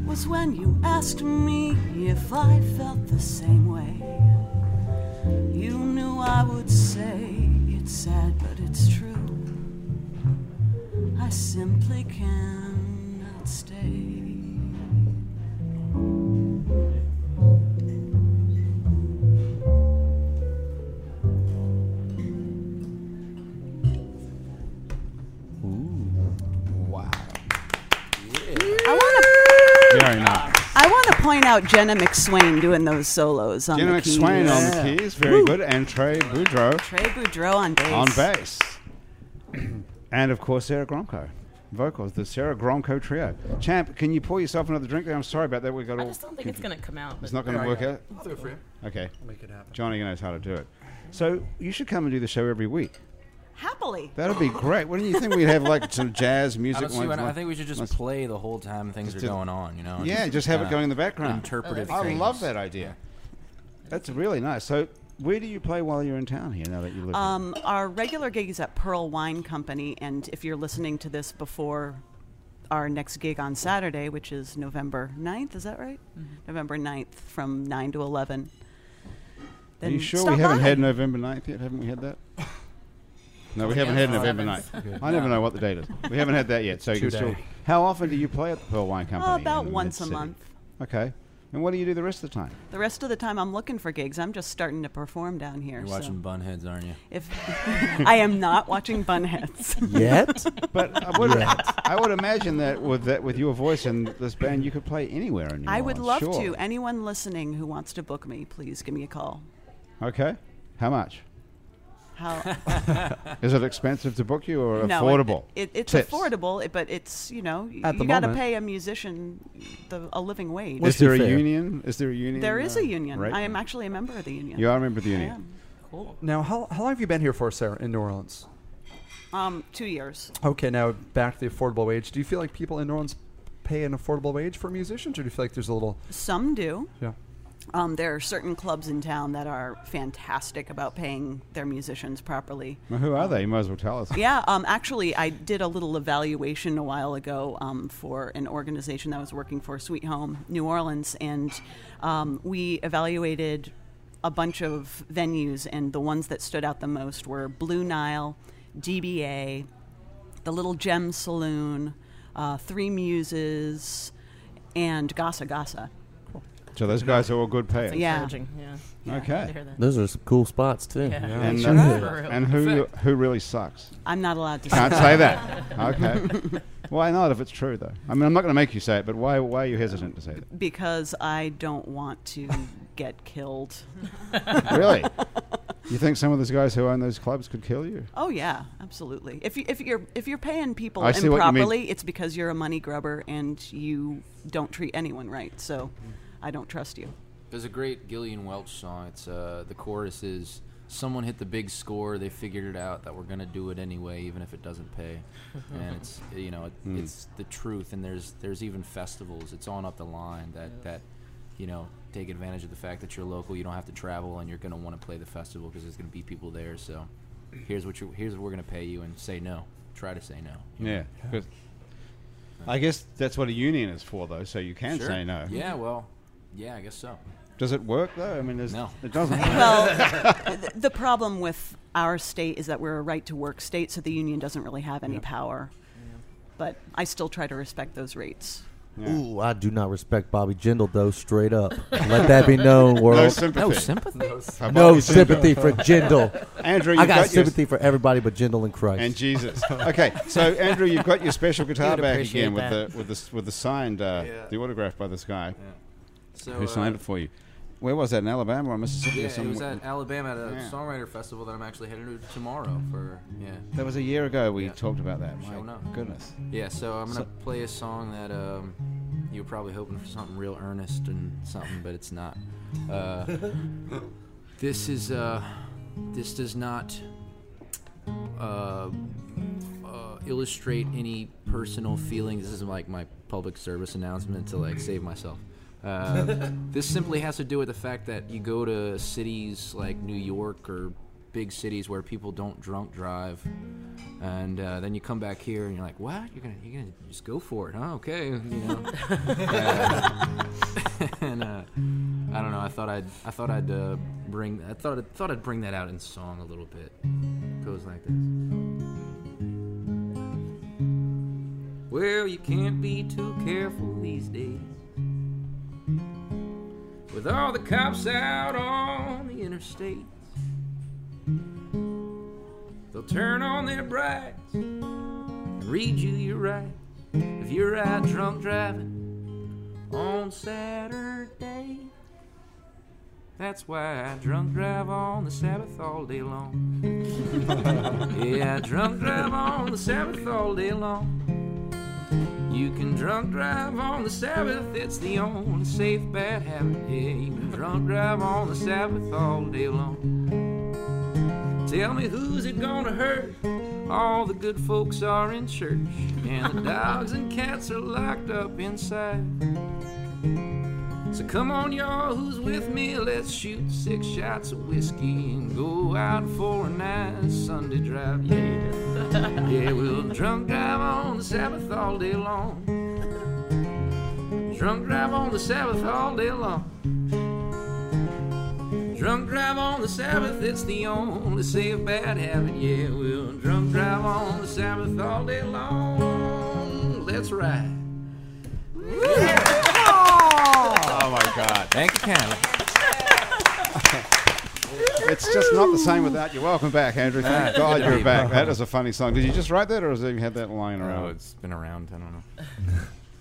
S5: was when you asked me if I felt the same way. You knew I would say it's sad, but it's true. I simply cannot stay.
S1: Wow.
S5: I want to.
S1: Very nice.
S5: I want to point out Jenna McSwain doing those solos on
S1: Jenna
S5: the keys.
S1: McSwain on the keys. Very good. And Trey Boudreau
S5: Trey Boudreau on bass.
S1: on bass. <coughs> and of course, Sarah Gromko. Vocals, the Sarah Gromko Trio. Champ, can you pour yourself another drink? I'm sorry about that. We got
S3: I
S1: all.
S3: just don't think it's going to come out.
S1: It's not
S3: but-
S1: going to work out.
S2: I'll do it for you.
S1: Okay,
S2: Make it happen.
S1: Johnny knows how to do it. So you should come and do the show every week.
S5: Happily.
S1: That'd be great. Wouldn't you think we'd have like some jazz
S6: I,
S1: music?
S6: don't see
S1: one-
S6: why not. I
S1: one-
S6: think we should just
S1: Let's-
S6: play the whole time things are
S1: do-
S6: going on. You know. and
S1: Yeah, just have it
S6: kinda
S1: going in the background.
S6: Interpretive.
S1: I
S6: things.
S1: love that idea. That's really nice. So where do you play while you're in town here? Now that you live. here?
S5: Um, our regular gig is at Pearl Wine Company, and if you're listening to this before our next gig on Saturday, which is November 9th, is that right? November 9th from 9 to 11.
S1: Are you sure
S5: stop
S1: we haven't
S5: by.
S1: had November 9th yet? Haven't we had
S6: <laughs>
S1: that? No, we haven't had November 9th. I never know what the date is. We haven't had that yet. So you can still.
S2: Today.
S1: How often do you play at the Pearl Wine Company?
S5: Oh, about
S1: in
S5: once a
S1: Mid-City?
S5: month.
S1: Okay. And what do you do the rest of the time?
S5: The rest of the time, I'm looking for gigs. I'm just starting to perform down here.
S6: You're
S5: so
S6: watching Bunheads, aren't you?
S5: If <laughs> I am not watching Bunheads.
S4: Yet?
S1: But I would, I would imagine that with that with your voice and this band, <laughs> you could play anywhere in New
S5: I would love
S1: Orleans, sure.
S5: to. Anyone listening who wants to book me, please give me a call.
S1: Okay. How much?
S5: How
S1: Is it expensive to book you or
S5: No, it-
S1: affordable?
S5: It, it's
S1: Tips.
S5: affordable, it- but it's you know y-
S2: At the
S5: you got to
S2: moment.
S5: pay a musician the, a living wage.
S4: What's
S1: Is there a
S4: your fare?
S1: union? Is there a union?
S5: there is
S1: uh,
S5: a union.
S1: rate?
S5: I am actually a member of the union.
S1: You are a member of the
S5: I
S1: union.
S5: am.
S3: Cool.
S2: Now, how, how long have you been here for, Sarah, in New Orleans?
S5: Um, two years.
S2: Okay, now back to the affordable wage. Do you feel like people in New Orleans pay an affordable wage for musicians, or do you feel like there's a little.
S5: Some do.
S2: Yeah.
S5: Um, there are certain clubs in town that are fantastic about paying their musicians properly.
S1: Well, who are they? You might as well tell us.
S5: Yeah, um, actually, I did a little evaluation a while ago um, for an organization that I was working for, Sweet Home New Orleans, and um, we evaluated a bunch of venues, and the ones that stood out the most were Blue Nile, DBA, the Little Gem Saloon, uh, Three Muses, and Gasa Gasa.
S1: So those guys are all good payers.
S5: Yeah.
S3: Encouraging, Yeah. yeah.
S1: Okay.
S3: I hear that.
S4: Those are some cool spots, too.
S3: Yeah.
S1: And,
S3: Sure.
S1: uh,
S3: Right.
S1: and who who really sucks?
S5: I'm not allowed to say
S1: Can't say that.
S5: <laughs>
S1: Okay. Why not? If it's true, though. I mean, I'm not going to make you say it, but why why are you hesitant to say that?
S5: because I don't want to get killed.
S1: Really? You think some of those guys who own those clubs could kill you?
S5: Oh yeah, absolutely. If you, if you're if you're paying people
S1: I see what you mean.
S5: improperly, it's because you're a money grubber and you don't treat anyone right. So, I don't trust you.
S6: There's a great Gillian Welch song. It's uh, the chorus is someone hit the big score. They figured it out that we're gonna do it anyway, even if it doesn't <laughs> pay. and it's you know it,
S1: Hmm.
S6: it's the truth. And there's there's even festivals. It's on up the line that that you know take advantage of the fact that you're local. You don't have to travel, and you're gonna want to play the festival because there's gonna be people there. So here's what you here's what we're gonna pay you, and say no. Try to say no.
S1: Yeah. Good. I guess that's what a union is for, though, so you can
S6: Sure.
S1: say no.
S6: Yeah. Well. Yeah. I guess so.
S1: Does it work, though? I mean, there's,
S6: No.
S1: it
S6: <laughs>
S1: doesn't.
S5: well, th- the problem with our state is that we're a right to work state, so the union doesn't really have any power. But I still try to respect those rates.
S4: Ooh, I do not respect Bobby Jindal though.
S3: <laughs>
S4: Straight up, let that be known,
S1: no
S4: world.
S1: sympathy.
S6: No sympathy.
S1: For
S4: No
S1: Bobby Sindel.
S4: sympathy
S1: <laughs>
S4: for Jindal.
S1: Andrew,
S4: I
S1: you've
S4: got
S1: got your-
S4: sympathy for everybody but Jindal and Christ.
S1: and
S6: <laughs>
S1: Jesus. Okay, so Andrew, you've got your special guitar
S6: would
S1: back
S6: appreciate
S1: again with
S6: that.
S1: the with the s- with the signed uh,
S6: Yeah.
S1: the autograph by this guy
S6: So, uh,
S1: who signed it for you. Where was that in Alabama or Mississippi? or
S6: Yeah, it
S1: somewhere?
S6: was at Alabama at a
S1: Yeah.
S6: songwriter festival that I'm actually headed to tomorrow for. Yeah,
S1: that was a year ago. We
S6: Yeah.
S1: talked about that.
S6: Sure
S1: My
S6: enough.
S1: goodness.
S6: yeah. So I'm gonna play a song that um, you were probably hoping for something real earnest and something, but it's not. Uh, this is uh, this does not uh, uh, illustrate any personal feelings. This is like my public service announcement to like save myself. Uh, this simply has to do with the fact that you go to cities like New York or big cities where people don't drunk drive, and uh, then you come back here and you're like, "What? You're gonna you're gonna just go for it? Huh? Okay, you know." <laughs> and uh, I don't know. I thought I'd I thought I'd uh, bring I thought I thought I'd bring that out in song a little bit. Goes like this. Well, you can't be too careful these days. With all the cops out on the interstates, they'll turn on their brights and read you your rights if you're out drunk driving on Saturday. That's why I drunk drive on the Sabbath all day long. <laughs> yeah, I drunk drive on the Sabbath all day long. You can drunk drive on the Sabbath, it's the only safe bad habit. Yeah, you can drunk drive on the Sabbath all day long. Tell me who's it gonna hurt? All the good folks are in church, and the dogs and cats are locked up inside. So come on, y'all, who's with me? Let's shoot six shots of whiskey and go out for a nice Sunday drive. Yeah. Yeah, we'll drunk drive on the Sabbath all day long. Drunk drive on the Sabbath all day long. Drunk drive on the Sabbath, it's the only safe bad habit. Yeah, we'll drunk drive on the Sabbath all day long. Let's ride.
S1: Oh my God!
S6: Thank you, Canada.
S1: It's just not the same without you. Welcome back, Andrew.
S6: Ah,
S1: Thank God you're
S6: <laughs>
S1: back. That is a funny song. Did you just write that, or has it had that lying around?
S6: Oh, it's been around. I don't know.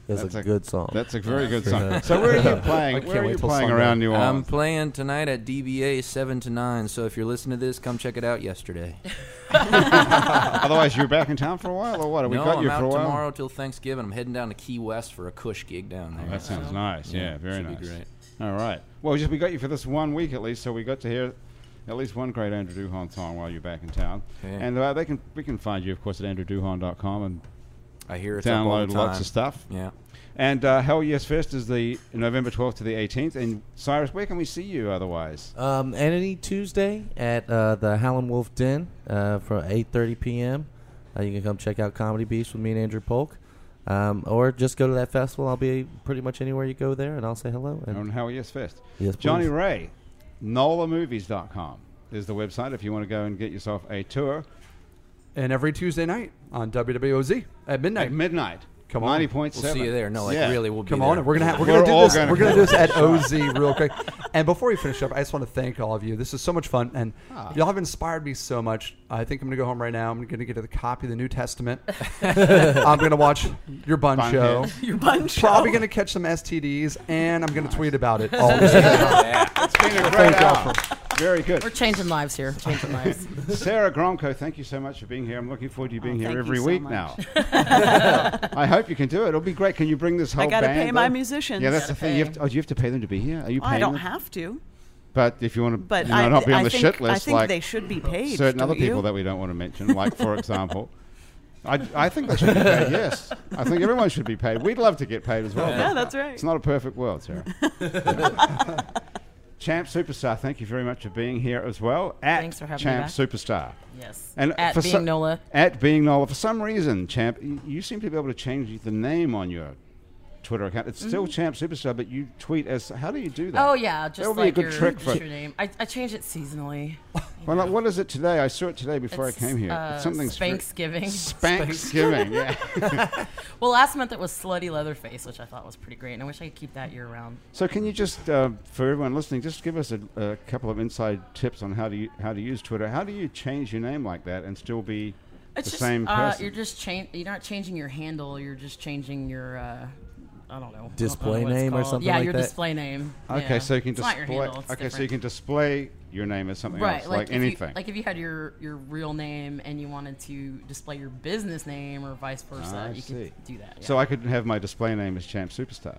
S4: That's,
S1: That's
S4: a,
S1: a-
S4: good song.
S1: That's a very good
S4: pretty
S1: song.
S4: good.
S1: So
S6: <laughs>
S1: where are you
S4: I
S1: playing?
S4: can't
S1: Where are
S4: wait
S1: you
S4: till
S1: playing
S4: Sunday.
S1: around New
S6: I'm <laughs>
S1: Orleans?
S6: playing tonight at DBA 7 to 9, so if you're listening to this, come check it out yesterday.
S1: Otherwise, you're back in town for a while, or what? Have we
S6: no,
S1: got
S6: I'm
S1: you
S6: out
S1: for a while?
S6: tomorrow till Thanksgiving. I'm heading down to Key West for a Cush gig down there.
S1: That sounds nice. Yeah, very
S6: should be
S1: nice.
S6: great.
S1: All right. Well, just we got you for this one week at least, so we got to hear at least one great Andrew Duhon song while you're back in town.
S6: Yeah.
S1: And uh, they can we can find you, of course, at andrewduhon.com and
S6: I hear it's up all the
S1: download lots
S6: time.
S1: of stuff.
S6: Yeah.
S1: And uh, Hell Yes Fest is the November 12th to the 18th. And Cyrus, where can we see you otherwise?
S4: Um, and any Tuesday at uh, the Howlin' Wolf Den uh, from 8:30 p.m. Uh, you can come check out Comedy Beast with me and Andrew Polk, um, or just go to that festival. I'll be pretty much anywhere you go there, and I'll say hello.
S6: Um,
S4: And
S1: On Hell Yes Fest.
S4: Yes,
S1: Johnny
S4: please.
S1: Ray, nolamovies.com is the website if you want to go and get yourself a tour
S2: And every Tuesday night on WWOZ at midnight.
S1: at midnight.
S2: Come on.
S1: 90.7.
S6: We'll see you there. No, like,
S1: Yeah.
S6: really, we'll be
S2: Come
S6: there.
S2: on, and we're gonna have, we're,
S1: We're
S2: gonna do
S1: all
S2: this.
S1: gonna
S2: we're gonna
S1: go.
S2: do
S1: <laughs>
S2: this at OZ real quick. And before we finish up, I just want to thank all of you. This is so much fun, and
S1: Ah.
S2: y'all have inspired me so much. I think I'm gonna go home right now. I'm gonna get a copy of the New Testament.
S1: <laughs>
S2: I'm gonna watch your bun,
S1: Bun
S2: show.
S1: hits.
S3: Your bunch.
S2: Probably gonna catch some STDs, and I'm gonna tweet
S1: <laughs>
S2: about it. All day.
S1: It's been a great
S2: Thank y'all
S1: hour. Very good.
S3: We're
S6: <laughs>
S3: changing lives here. Changing lives.
S1: Sarah Gronko, thank you so much for being here. I'm looking forward to you being here
S5: Oh, thank
S1: every
S5: you so
S1: week
S5: much. <laughs>
S1: now. I hope you can do it. It'll be great. Can you bring this whole
S5: gotta
S1: band,
S5: pay my
S1: though?
S5: musicians.
S1: Yeah, that's
S5: Gotta
S1: the thing. You have to, oh, do you have to pay them to be here? Are you
S5: Well,
S1: paying
S5: I don't
S1: them?
S5: have to.
S1: But if you want to
S5: But
S1: you know,
S5: I,
S1: not be on
S5: I
S1: the
S5: think,
S1: shit
S5: I
S1: list,
S5: think
S1: like
S5: they should be paid.
S1: certain other
S5: don't you?
S1: people that we don't want to mention, like for example, I, I think they should be paid. Yes, I think everyone should be paid. We'd love to get paid as well. but
S5: Yeah, that's right.
S1: It's not a perfect world,
S5: <laughs>
S1: Sarah. Champ Superstar, thank you very much for being here as well. At
S3: Thanks for having me
S1: Champ
S3: back.
S1: Superstar.
S3: <laughs> Yes.
S1: And
S3: at
S1: for
S3: being
S1: so-
S3: Nola.
S1: At being Nola. For some reason, Champ, y- you seem to be able to change the name on your Twitter account. It's still Champ Superstar, but you tweet as. How do you do that?
S3: Mm. Oh yeah, just
S1: That would be a
S3: like
S1: good
S3: your,
S1: trick for-
S3: just your name. I, I change it seasonally.
S1: Well, like, what is it today? I saw it today before
S3: It's,
S1: I came here.
S3: uh,
S1: it's something
S3: <laughs> Spanksgiving.
S1: Spanksgiving, yeah.
S3: Well, last month it was Slutty Leatherface, which I thought was pretty great, and I wish I could keep that year round.
S1: So, can you just, uh, for everyone listening, just give us a, a couple of inside tips on how to u- how to use Twitter? How do you change your name like that and still be
S3: It's
S1: the
S3: just
S1: same
S3: uh,
S1: person?
S3: you're just change. You're not changing your handle. You're just changing your. Uh, I don't know. I don't know
S4: Display
S3: what it's
S4: name or
S3: called.
S4: something
S3: Yeah,
S4: like
S3: your
S4: that?
S3: display name.
S1: okay,
S3: Yeah.
S1: so you can
S3: It's
S1: display.
S3: Not your handle, it's
S1: okay, so you
S3: different.
S1: can display your name as something
S3: right
S1: else, like,
S3: if you-
S1: anything.
S3: like if you had your your real name and you wanted to display your business name or vice versa,
S1: I
S3: you
S1: see.
S3: could do that. yeah.
S1: So I could have my display name as Champ Superstar,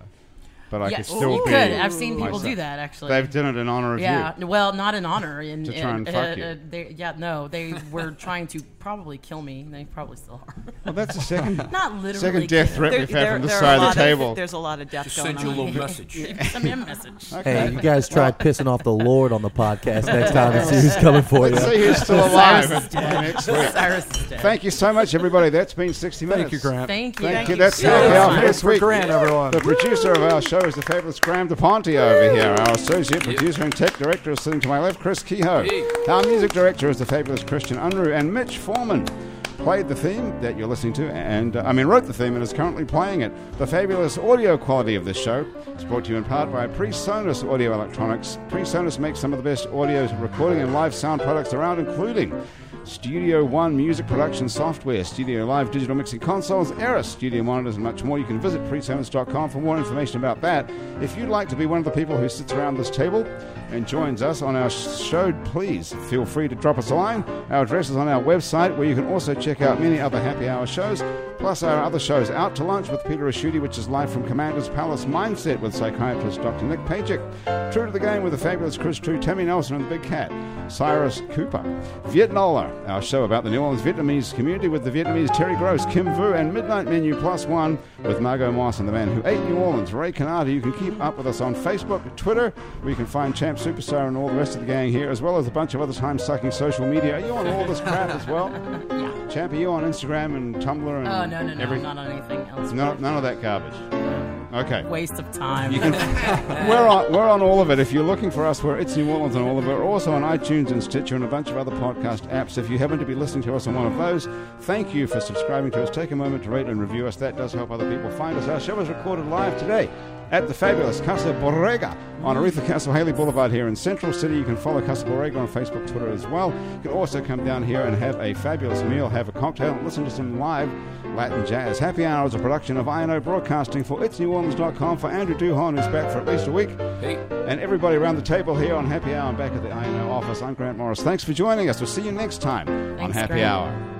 S1: but I
S3: yeah,
S1: could still
S3: you
S1: be.
S3: could. I've seen people
S1: myself.
S3: do that actually.
S1: They've done it in honor of
S3: yeah,
S1: you.
S3: n- well, not in honor. In,
S1: To try
S3: in-
S1: and fuck you.
S3: they, yeah, no, they
S1: <laughs>
S3: were trying to probably kill me. and They probably still are. <laughs>
S1: Well, that's the second
S3: Not literally.
S1: second
S3: kill
S1: death
S3: me.
S1: threat
S5: There-
S1: we've had
S5: there-
S1: from this
S5: there are
S1: side
S5: a
S1: of
S5: lot
S1: the table.
S5: There's a lot of death
S6: Just
S5: going
S6: send you a
S5: on.
S6: little message.
S3: <laughs> Send
S1: <laughs>
S3: me a message. <laughs>
S1: Okay.
S4: Hey, you guys try pissing off the Lord on the podcast next time and see who's coming for you.
S1: Let's see who's still
S3: Cyrus
S1: alive
S3: is
S1: by next week.
S3: Cyrus is dead.
S1: Thank you so much, everybody. That's been 60 Minutes.
S2: Thank you, Grant.
S3: Thank you.
S1: Thank,
S5: Thank
S1: you.
S5: you
S1: That's
S5: so
S1: it.
S5: much.
S1: Our next
S2: for
S1: week.
S2: Grant, everyone.
S1: The producer of our show is the fabulous Graham DePonte over here. Our associate producer and tech director is sitting to my left, Chris Kehoe. Our music director is the fabulous Christian Unruh. And Mitch Foreman played the theme that you're listening to, and uh, I mean, wrote the theme and is currently playing it. The fabulous audio quality of this show is brought to you in part by PreSonus Audio Electronics. PreSonus makes some of the best audio recording and live sound products around, including. Studio One music production software, Studio Live digital mixing consoles, Eris studio monitors, and much more. You can visit presonus.com for more information about that. If you'd like to be one of the people who sits around this table and joins us on our sh- show, please feel free to drop us a line. Our address is on our website, where you can also check out many other happy hour shows, plus our other shows. Out to Lunch with Peter Ashuti, which is live from Commander's Palace Mindset with psychiatrist Dr. Nick Pajic. True to the Game with the fabulous Chris True, Tammy Nelson, and the Big Cat, Cyrus Cooper. Vietnola, our show about the New Orleans Vietnamese community with the Vietnamese Terry Gross, Kim Vu, and Midnight Menu Plus One with Margot Moss and the man who ate New Orleans, Ray Canada. You can keep up with us on Facebook, Twitter, where you can find Champ Superstar and all the rest of the gang here, as well as a bunch of other time sucking social media. Are you on all this crap as
S3: <laughs>
S1: well? Champ, are you on Instagram and Tumblr and
S3: Oh no no no!
S1: every-
S3: Not on anything else.
S1: no, none of that garbage. Okay.
S3: Waste of time.
S1: <laughs> We're on, we're on all of it. If you're looking for us, we're It's New Orleans on all of it. We're also on iTunes and Stitcher and a bunch of other podcast apps. If you happen to be listening to us on one of those, thank you for subscribing to us. Take a moment to rate and review us. That does help other people find us. Our show is recorded live today at the fabulous Casa Borrega on Aretha Castle Haley Boulevard here in Central City. You can follow Casa Borrega on Facebook, Twitter as well. You can also come down here and have a fabulous meal, have a cocktail, and listen to some live Latin jazz. Happy Hour is a production of INO Broadcasting for It'sNewOrleans.com for Andrew Duhon, who's back for at least a week
S6: Hey.
S1: and everybody around the table here on Happy Hour and back at the INO office. I'm Grant Morris. Thanks for joining us. We'll see you next time on
S3: Thanks,
S1: Happy
S3: Grant.
S1: Hour.